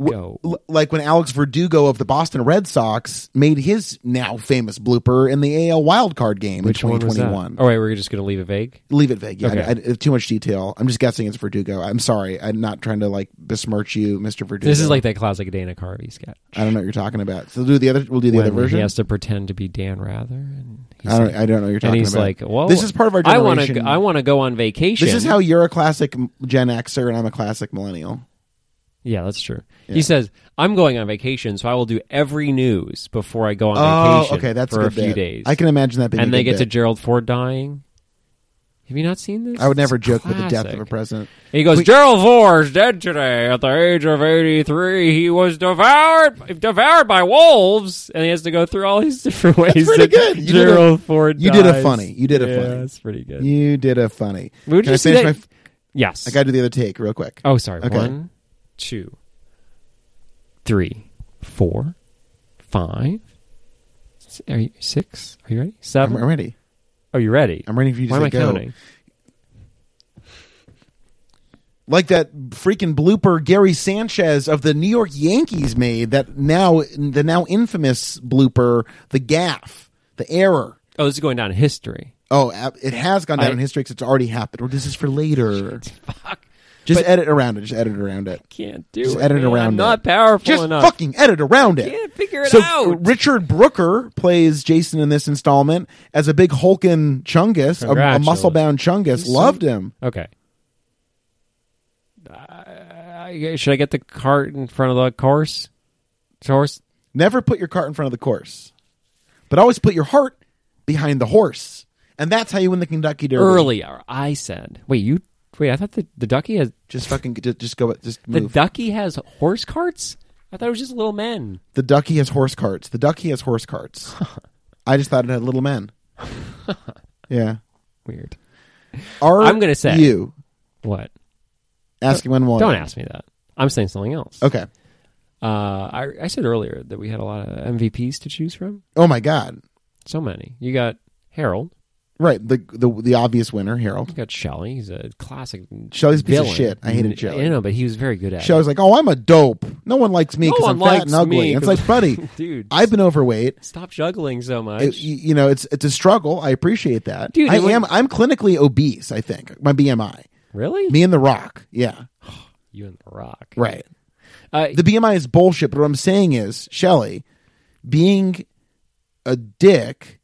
Speaker 2: Wh-
Speaker 1: go.
Speaker 2: l- like when Alex Verdugo of the Boston Red Sox made his now famous blooper in the AL wildcard game
Speaker 1: Which
Speaker 2: in
Speaker 1: one was that?
Speaker 2: 2021.
Speaker 1: Oh, wait, we're just going to leave it vague?
Speaker 2: Leave it vague. Yeah,
Speaker 1: Okay.
Speaker 2: I, I, too much detail. I'm just guessing it's Verdugo. I'm sorry. I'm not trying to like besmirch you, Mr. Verdugo.
Speaker 1: This is like that classic Dana Carvey sketch.
Speaker 2: I don't know what you're talking about. So we'll do the other. We'll do the
Speaker 1: When
Speaker 2: other version.
Speaker 1: He has to pretend to be Dan Rather. And he's
Speaker 2: I don't.
Speaker 1: like-
Speaker 2: I don't know what you're talking
Speaker 1: and he's
Speaker 2: about.
Speaker 1: like, well,
Speaker 2: this is part of our
Speaker 1: I want
Speaker 2: generation.
Speaker 1: to I want to go on vacation.
Speaker 2: This is how you're a classic Gen Xer and I'm a classic millennial.
Speaker 1: Yeah, that's true. He says, "I'm going on vacation, so I will do every news before I go on
Speaker 2: Oh,
Speaker 1: vacation
Speaker 2: okay, that's
Speaker 1: for
Speaker 2: a,
Speaker 1: a,
Speaker 2: good
Speaker 1: few
Speaker 2: bit.
Speaker 1: days."
Speaker 2: I can imagine that being.
Speaker 1: and
Speaker 2: a
Speaker 1: they
Speaker 2: good
Speaker 1: get to
Speaker 2: bit.
Speaker 1: Gerald Ford dying. Have you not seen this?
Speaker 2: I would never
Speaker 1: It's
Speaker 2: joke with the death
Speaker 1: classic.
Speaker 2: of a president.
Speaker 1: He goes, Gerald Ford's dead today at the age of 83. He was devoured devoured by wolves. And he has to go through all these different ways.
Speaker 2: pretty
Speaker 1: that
Speaker 2: good. You did a-
Speaker 1: Gerald Ford
Speaker 2: you did a
Speaker 1: dies.
Speaker 2: funny. You did a
Speaker 1: Yeah,
Speaker 2: funny.
Speaker 1: That's pretty good.
Speaker 2: You did a funny.
Speaker 1: Would
Speaker 2: Can
Speaker 1: you
Speaker 2: I
Speaker 1: see
Speaker 2: finish
Speaker 1: that-
Speaker 2: my? F-
Speaker 1: Yes.
Speaker 2: I got to do the other take real quick.
Speaker 1: oh, sorry.
Speaker 2: Okay.
Speaker 1: One, two, three, four, five. s- Are you six? Are you ready?
Speaker 2: I'm,
Speaker 1: 7
Speaker 2: I'm ready.
Speaker 1: Are you ready?
Speaker 2: I'm ready for you to
Speaker 1: Why
Speaker 2: say
Speaker 1: am I
Speaker 2: go.
Speaker 1: counting?
Speaker 2: Like that freaking blooper Gary Sanchez of the New York Yankees made that now the now infamous blooper, the gaff, the error.
Speaker 1: Oh, this is going down in history.
Speaker 2: Oh, ab- it has gone down
Speaker 1: I-
Speaker 2: in history because it's already happened. Or this is for later.
Speaker 1: Fuck.
Speaker 2: Just edit around it. Just edit around it.
Speaker 1: Can't do
Speaker 2: Just
Speaker 1: it.
Speaker 2: edit
Speaker 1: man.
Speaker 2: around
Speaker 1: I'm
Speaker 2: it.
Speaker 1: not powerful
Speaker 2: Just
Speaker 1: enough.
Speaker 2: fucking edit around it.
Speaker 1: Can't figure it
Speaker 2: so uh,
Speaker 1: out.
Speaker 2: Richard Brooker plays Jason in this installment as a big hulking chungus, a, a
Speaker 1: Congratulations.
Speaker 2: muscle bound chungus. Loved him.
Speaker 1: Okay. Uh, should I get the cart in front of the course? Horse?
Speaker 2: Never put your cart in front of the course, but always put your heart behind the horse, and that's how you win the Kentucky Derby.
Speaker 1: Earlier, I said. Wait, you. Wait, I thought the, the ducky has
Speaker 2: Just fucking just, just go. Just
Speaker 1: the
Speaker 2: move. The,
Speaker 1: ducky has horse carts. I thought it was just little men.
Speaker 2: ducky has horse carts. The ducky has horse carts. I just thought it had little men. Yeah.
Speaker 1: Weird.
Speaker 2: Are
Speaker 1: I'm gonna say-
Speaker 2: you
Speaker 1: What?
Speaker 2: asking one more.
Speaker 1: Don't ask me that. I'm saying something else.
Speaker 2: Okay.
Speaker 1: Uh, I I said earlier that we had a lot of MVPs to choose from.
Speaker 2: Oh my god.
Speaker 1: So many. You got Harold.
Speaker 2: Right. The the the obvious winner, Harold.
Speaker 1: You got Shelley. He's a classic.
Speaker 2: Shelley's a piece of
Speaker 1: villain.
Speaker 2: shit. I hated
Speaker 1: I
Speaker 2: Shelley.
Speaker 1: know, but he was very good at. it.
Speaker 2: Shelley's like, oh, I'm a dope. No one likes me
Speaker 1: No
Speaker 2: because
Speaker 1: one
Speaker 2: I'm fat
Speaker 1: likes
Speaker 2: and ugly.
Speaker 1: me
Speaker 2: It's
Speaker 1: 'cause-
Speaker 2: like, buddy,
Speaker 1: dude.
Speaker 2: I've been overweight.
Speaker 1: Stop juggling so much.
Speaker 2: It- y- you know, it's it's a struggle. I appreciate that.
Speaker 1: Dude,
Speaker 2: I
Speaker 1: it was-
Speaker 2: am. I'm clinically obese. I think my BMI.
Speaker 1: really?
Speaker 2: Me and the Rock. Yeah.
Speaker 1: you and the Rock.
Speaker 2: Right.
Speaker 1: Uh,
Speaker 2: The BMI is bullshit. But what I'm saying is, Shelley, being a dick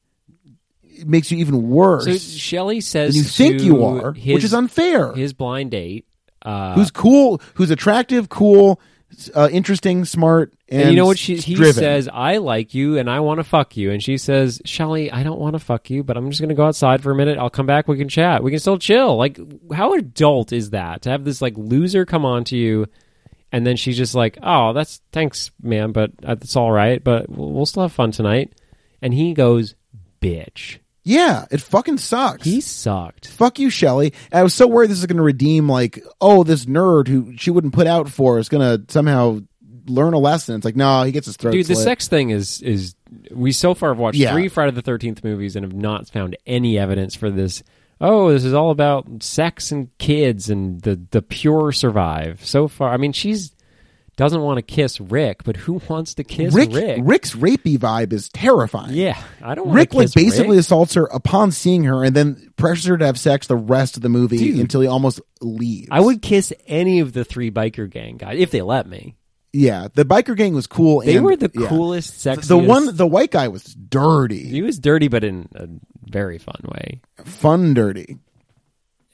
Speaker 2: makes you even worse
Speaker 1: so Shelley says
Speaker 2: than you think
Speaker 1: to
Speaker 2: you are,
Speaker 1: his,
Speaker 2: which is unfair.
Speaker 1: His blind date. Uh,
Speaker 2: who's cool? Who's attractive? Cool. s- Uh, interesting, smart, and,
Speaker 1: and you know what she he
Speaker 2: driven.
Speaker 1: says? I like you, and I want to fuck you. And she says, Shelley, I don't want to fuck you, but I'm just gonna go outside for a minute. I'll come back. We can chat. We can still chill. Like, how adult is that to have this like loser come on to you, and then she's just like, oh, that's thanks, man, but uh, that's all right. But we'll, we'll still have fun tonight. And he goes, bitch.
Speaker 2: Yeah, it fucking sucks.
Speaker 1: He sucked.
Speaker 2: fuck you, Shelley. And I was so worried this is going to redeem, like, oh, this nerd who she wouldn't put out for is going to somehow learn a lesson. It's like, no, he gets his throat
Speaker 1: dude the
Speaker 2: slit.
Speaker 1: sex thing is is we so far have watched
Speaker 2: Yeah.
Speaker 1: three friday the 13th movies and have not found any evidence for this oh this is all about sex and kids and the the pure survive so far i mean she's doesn't want to kiss rick but who wants to kiss
Speaker 2: Rick,
Speaker 1: rick,
Speaker 2: Rick's rapey vibe is terrifying.
Speaker 1: yeah i don't want
Speaker 2: Rick
Speaker 1: to
Speaker 2: like
Speaker 1: kiss
Speaker 2: basically
Speaker 1: rick.
Speaker 2: assaults her upon seeing her and then pressures her to have sex the rest of the movie until he almost leaves.
Speaker 1: i would kiss any of the three biker gang guys if they let me
Speaker 2: yeah. The biker gang was cool.
Speaker 1: they
Speaker 2: and-
Speaker 1: were the
Speaker 2: yeah.
Speaker 1: coolest sexiest
Speaker 2: The one, the white guy was dirty,
Speaker 1: he was dirty but in a very fun way
Speaker 2: fun dirty.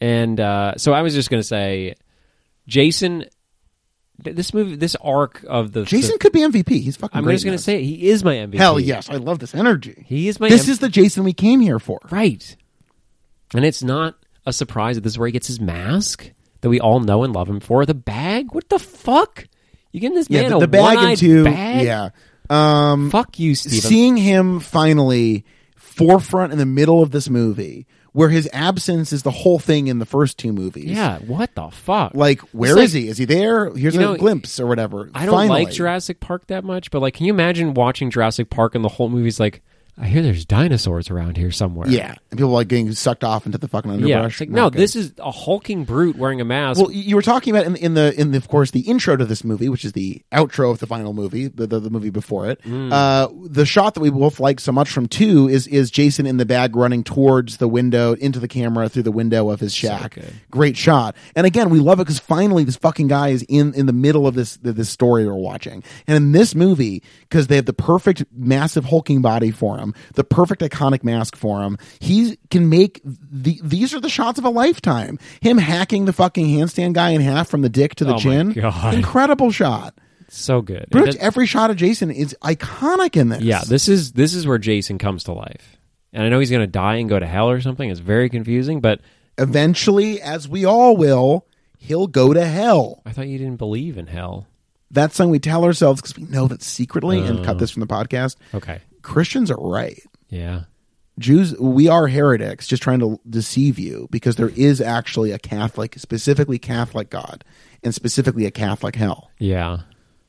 Speaker 1: And uh, so I was just going to say, Jason, th- this movie, this arc of the
Speaker 2: Jason
Speaker 1: the-
Speaker 2: could be MVP. He's fucking.
Speaker 1: I'm
Speaker 2: great
Speaker 1: just
Speaker 2: in
Speaker 1: going to
Speaker 2: this.
Speaker 1: say he is my MVP.
Speaker 2: hell yes, I love this energy.
Speaker 1: he is my
Speaker 2: this
Speaker 1: M-
Speaker 2: is the Jason we came here for.
Speaker 1: right. And it's not a surprise that this is where he gets his mask that we all know and love him for. The bag, what the fuck? You giving this
Speaker 2: Yeah,
Speaker 1: man
Speaker 2: the,
Speaker 1: a
Speaker 2: the bag and
Speaker 1: one-eyed
Speaker 2: two.
Speaker 1: bag?
Speaker 2: Yeah. Um,
Speaker 1: fuck you, Steven.
Speaker 2: seeing him finally forefront in the middle of this movie, where his absence is the whole thing in the first two movies.
Speaker 1: yeah, what the fuck?
Speaker 2: Like, where is
Speaker 1: like-
Speaker 2: he? Is he there? Here's
Speaker 1: You know,
Speaker 2: a glimpse or whatever.
Speaker 1: I don't
Speaker 2: Finally.
Speaker 1: like Jurassic Park that much, but like, can you imagine watching Jurassic Park and the whole movie's like, I hear there's dinosaurs around here somewhere.
Speaker 2: Yeah, and people like getting sucked off into the fucking underbrush.
Speaker 1: Yeah, it's like,
Speaker 2: Not
Speaker 1: no,
Speaker 2: good.
Speaker 1: this is a hulking brute wearing a mask.
Speaker 2: Well, y- you were talking about in, in the in the, of course the intro to this movie, which is the outro of the final movie, the the, the movie before it. Uh, the shot that we both like so much from two is is Jason in the bag running towards the window into the camera through the window of his shack.
Speaker 1: good.
Speaker 2: Great shot, and again we love it because finally this fucking guy is in in the middle of this th- this story we're watching, and in this movie because they have the perfect massive hulking body for him him, the perfect iconic mask for him. He can make the these are the shots of a lifetime. Him hacking the fucking handstand guy in half from the dick to the
Speaker 1: Oh my
Speaker 2: chin.
Speaker 1: God.
Speaker 2: Incredible shot.
Speaker 1: So good. It
Speaker 2: Pretty much
Speaker 1: does-
Speaker 2: every shot of Jason is iconic in this.
Speaker 1: yeah, this is this is where Jason comes to life. And I know he's going to die and go to hell or something. It's very confusing, but
Speaker 2: Eventually, as we all will, he'll go to hell.
Speaker 1: I thought you didn't believe in hell.
Speaker 2: That's something we tell ourselves because we know that secretly, and
Speaker 1: Oh.
Speaker 2: cut this from the podcast,
Speaker 1: Okay.
Speaker 2: Christians are right.
Speaker 1: Yeah.
Speaker 2: Jews, we are heretics just trying to deceive you because there is actually a Catholic, specifically Catholic God, and specifically a Catholic hell.
Speaker 1: Yeah.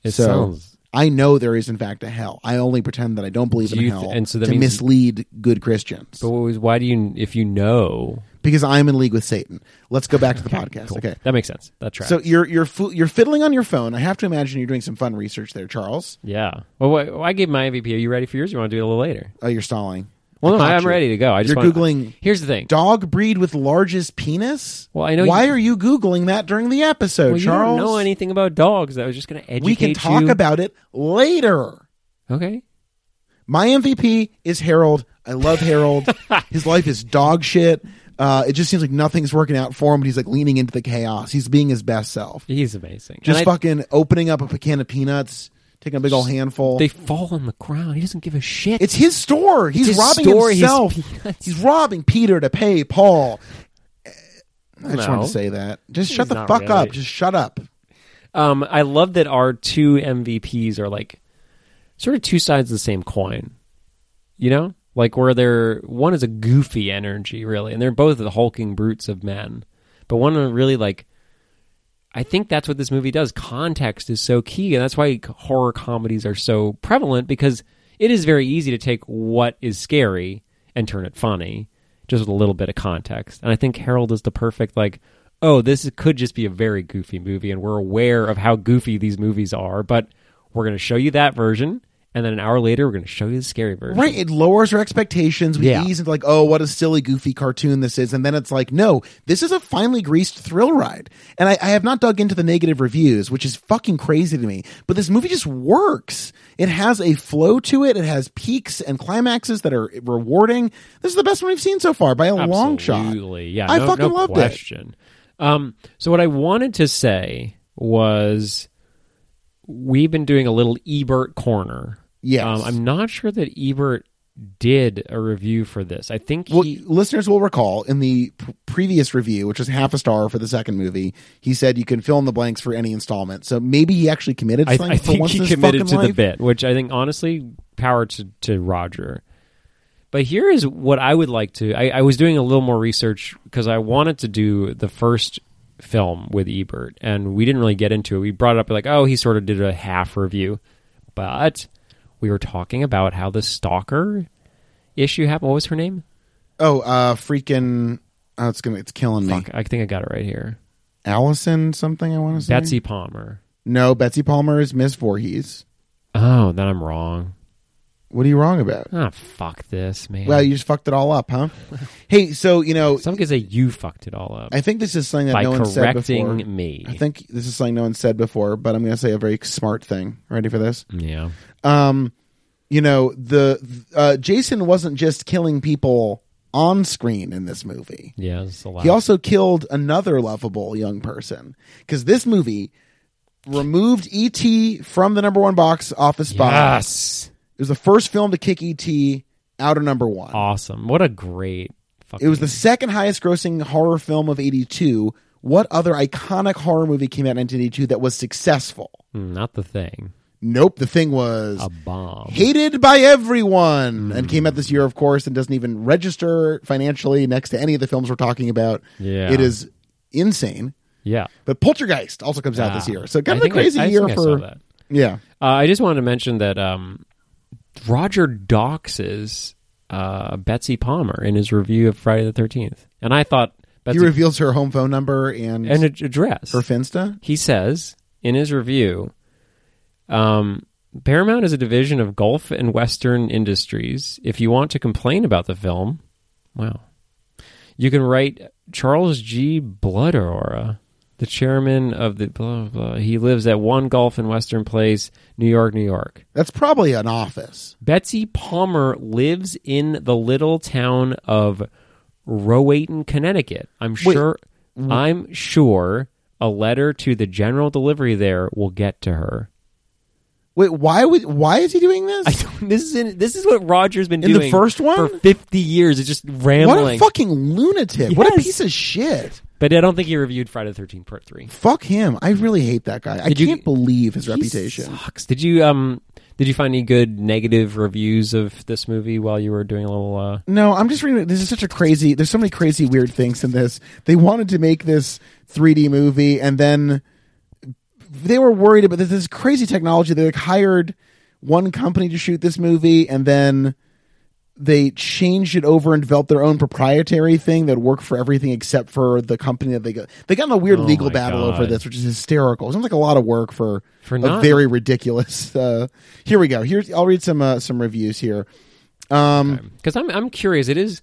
Speaker 1: It
Speaker 2: so
Speaker 1: sounds
Speaker 2: I know there is, in fact, a hell. I only pretend that I don't believe
Speaker 1: Do
Speaker 2: in
Speaker 1: you
Speaker 2: hell
Speaker 1: th- and so that
Speaker 2: to
Speaker 1: means-
Speaker 2: mislead good Christians
Speaker 1: But what was, why do you if you know?
Speaker 2: because I'm in league with Satan. Let's go back to the podcast.
Speaker 1: Cool.
Speaker 2: Okay.
Speaker 1: That makes sense. That tracks.
Speaker 2: So you're you're fo- you're fiddling on your phone. I have to imagine you're doing some fun research there, Charles.
Speaker 1: yeah. Well, wh- well, I gave my MVP. Are you ready for yours? Or you want to do it a little later?
Speaker 2: Oh, you're stalling.
Speaker 1: Well, no,
Speaker 2: caught
Speaker 1: I'm
Speaker 2: you.
Speaker 1: ready to go. I just
Speaker 2: You're
Speaker 1: wanna-
Speaker 2: Googling-
Speaker 1: Here's the thing.
Speaker 2: Dog breed with largest penis.
Speaker 1: Well, I know
Speaker 2: Why
Speaker 1: you-
Speaker 2: are you googling that during the episode,
Speaker 1: well, you
Speaker 2: Charles?
Speaker 1: don't know anything about dogs. I was just going to educate
Speaker 2: we can talk
Speaker 1: you.
Speaker 2: about it later.
Speaker 1: Okay.
Speaker 2: My MVP is Harold. I love Harold. His life is dog shit. Uh, it just seems like nothing's working out for him, but he's like leaning into the chaos. He's being his best self.
Speaker 1: He's amazing. And
Speaker 2: Just
Speaker 1: I-
Speaker 2: fucking opening up a can of peanuts, taking a big old handful.
Speaker 1: they fall on the ground. He doesn't give a shit.
Speaker 2: It's his store. He's
Speaker 1: his
Speaker 2: robbing
Speaker 1: store, his
Speaker 2: himself.
Speaker 1: peanuts.
Speaker 2: He's robbing Peter to pay Paul. I just wanted
Speaker 1: No.
Speaker 2: to say that. Just shut the
Speaker 1: not
Speaker 2: fuck
Speaker 1: really.
Speaker 2: up. Just shut up.
Speaker 1: Um, I love that our two MVPs are like sort of two sides of the same coin. You know, like where they're one is a goofy energy really, and they're both the hulking brutes of men, but one are really like. I think that's what this movie does. Context is so key, and that's why horror comedies are so prevalent because it is very easy to take what is scary and turn it funny just with a little bit of context. And I think Harold is the perfect like, oh, this is- could just be a very goofy movie, and we're aware of how goofy these movies are, but we're going to show you that version, and then an hour later we're going to show you the scary version.
Speaker 2: Right. It lowers our expectations. We
Speaker 1: Yeah.
Speaker 2: ease into like, oh, what a silly, goofy cartoon this is. And then it's like, no, this is a finely greased thrill ride. And I, I have not dug into the negative reviews, which is fucking crazy to me. But this movie just works. It has a flow to it. It has peaks and climaxes that are rewarding. This is the best one we've seen so far by a long shot.
Speaker 1: Absolutely. Yeah,
Speaker 2: I
Speaker 1: no,
Speaker 2: fucking
Speaker 1: no
Speaker 2: loved it.
Speaker 1: question. Um, so what I wanted to say was we've been doing a little Ebert corner.
Speaker 2: Yes.
Speaker 1: Um, I'm not sure that Ebert did a review for this. I think
Speaker 2: Well,
Speaker 1: he
Speaker 2: listeners will recall in the p- previous review, which was half a star for the second movie, he said you can fill in the blanks for any installment. So maybe he actually committed.
Speaker 1: I,
Speaker 2: something
Speaker 1: I
Speaker 2: for
Speaker 1: think
Speaker 2: once in
Speaker 1: he
Speaker 2: his
Speaker 1: committed
Speaker 2: fucking
Speaker 1: to the
Speaker 2: life.
Speaker 1: bit, which I think honestly, power to, to Roger. But here is what I would like to. I, I was doing a little more research because I wanted to do the first film with Ebert, and we didn't really get into it. We brought it up like, oh, he sort of did a half review, but we were talking about how the stalker issue happened. What was her name?
Speaker 2: Oh, uh, freaking! Oh, it's gonna. It's killing me.
Speaker 1: Fuck, I think I got it right here.
Speaker 2: Allison, something I want to say.
Speaker 1: Betsy Palmer.
Speaker 2: No, Betsy Palmer is Miss Voorhees.
Speaker 1: Oh, then I'm wrong.
Speaker 2: What are you wrong about?
Speaker 1: Ah, fuck this, man.
Speaker 2: Well, you just fucked it all up, huh? hey, so you know,
Speaker 1: Some could say you fucked it all up.
Speaker 2: I think this is something that
Speaker 1: by
Speaker 2: no one said before.
Speaker 1: correcting me.
Speaker 2: I think this is something no one said before, but I'm going to say a very smart thing. Ready for this?
Speaker 1: yeah.
Speaker 2: um, you know, the uh, Jason wasn't just killing people on screen in this movie.
Speaker 1: Yeah, it's a lot.
Speaker 2: He also killed another lovable young person because this movie removed ET from the number one box office spot.
Speaker 1: yes.
Speaker 2: It was the first film to kick ET out of number one.
Speaker 1: Awesome. What a great fucking
Speaker 2: It was the second highest grossing horror film of 82. What other iconic horror movie came out in 1982 that was successful?
Speaker 1: Mm, not the thing.
Speaker 2: Nope, the thing was
Speaker 1: A bomb.
Speaker 2: hated by everyone
Speaker 1: Mm.
Speaker 2: and came out this year of course and doesn't even register financially next to any of the films we're talking about
Speaker 1: Yeah.
Speaker 2: it is insane
Speaker 1: Yeah.
Speaker 2: but poltergeist also comes out
Speaker 1: Ah.
Speaker 2: this year so
Speaker 1: I
Speaker 2: kind of a
Speaker 1: think I-
Speaker 2: crazy
Speaker 1: I
Speaker 2: year
Speaker 1: think I saw
Speaker 2: for
Speaker 1: that.
Speaker 2: yeah
Speaker 1: Uh, I just wanted to mention that um, Roger doxes uh, Betsy Palmer in his review of Friday the Thirteenth, and I thought
Speaker 2: he
Speaker 1: Betsy
Speaker 2: reveals her home phone number and,
Speaker 1: and ad- address
Speaker 2: her finsta
Speaker 1: he says in his review um, paramount is a division of gulf and western industries if you want to complain about the film wow you can write charles g bloodora the chairman of the blah blah. blah. He lives at One Golf in Western Place, New York, New York.
Speaker 2: That's probably an office.
Speaker 1: Betsy Palmer lives in the little town of Rowayton, Connecticut. I'm sure. I'm sure a letter to the general delivery there will get to her.
Speaker 2: Wait, why would why is he doing this?
Speaker 1: I don't, this is in, this is what Roger's been
Speaker 2: In the
Speaker 1: doing
Speaker 2: first one?
Speaker 1: for 50 years. It's just
Speaker 2: what
Speaker 1: rambling.
Speaker 2: a fucking lunatic. What a
Speaker 1: Yes.
Speaker 2: piece of shit.
Speaker 1: but I don't think he reviewed Friday the 13th Part 3.
Speaker 2: Fuck him. I really hate that guy. I
Speaker 1: Did you-
Speaker 2: can't believe his
Speaker 1: He
Speaker 2: reputation.
Speaker 1: sucks. Did you um did you find any good negative reviews of this movie while you were doing a little uh
Speaker 2: No, I'm just reading. This is such a crazy. There's so many crazy, weird things in this. They wanted to make this 3D movie, and then they were worried about this, this crazy technology. They like hired one company to shoot this movie, and then they changed it over and developed their own proprietary thing that worked for everything except for the company that they got. They got in a weird
Speaker 1: Oh
Speaker 2: legal
Speaker 1: my
Speaker 2: battle
Speaker 1: God.
Speaker 2: over this, which is hysterical. It sounds like a lot of work for,
Speaker 1: For
Speaker 2: a
Speaker 1: not-
Speaker 2: very ridiculous. Uh, here we go. Here's I'll read some uh, some reviews here. Um,
Speaker 1: cuz I'm I'm curious. It is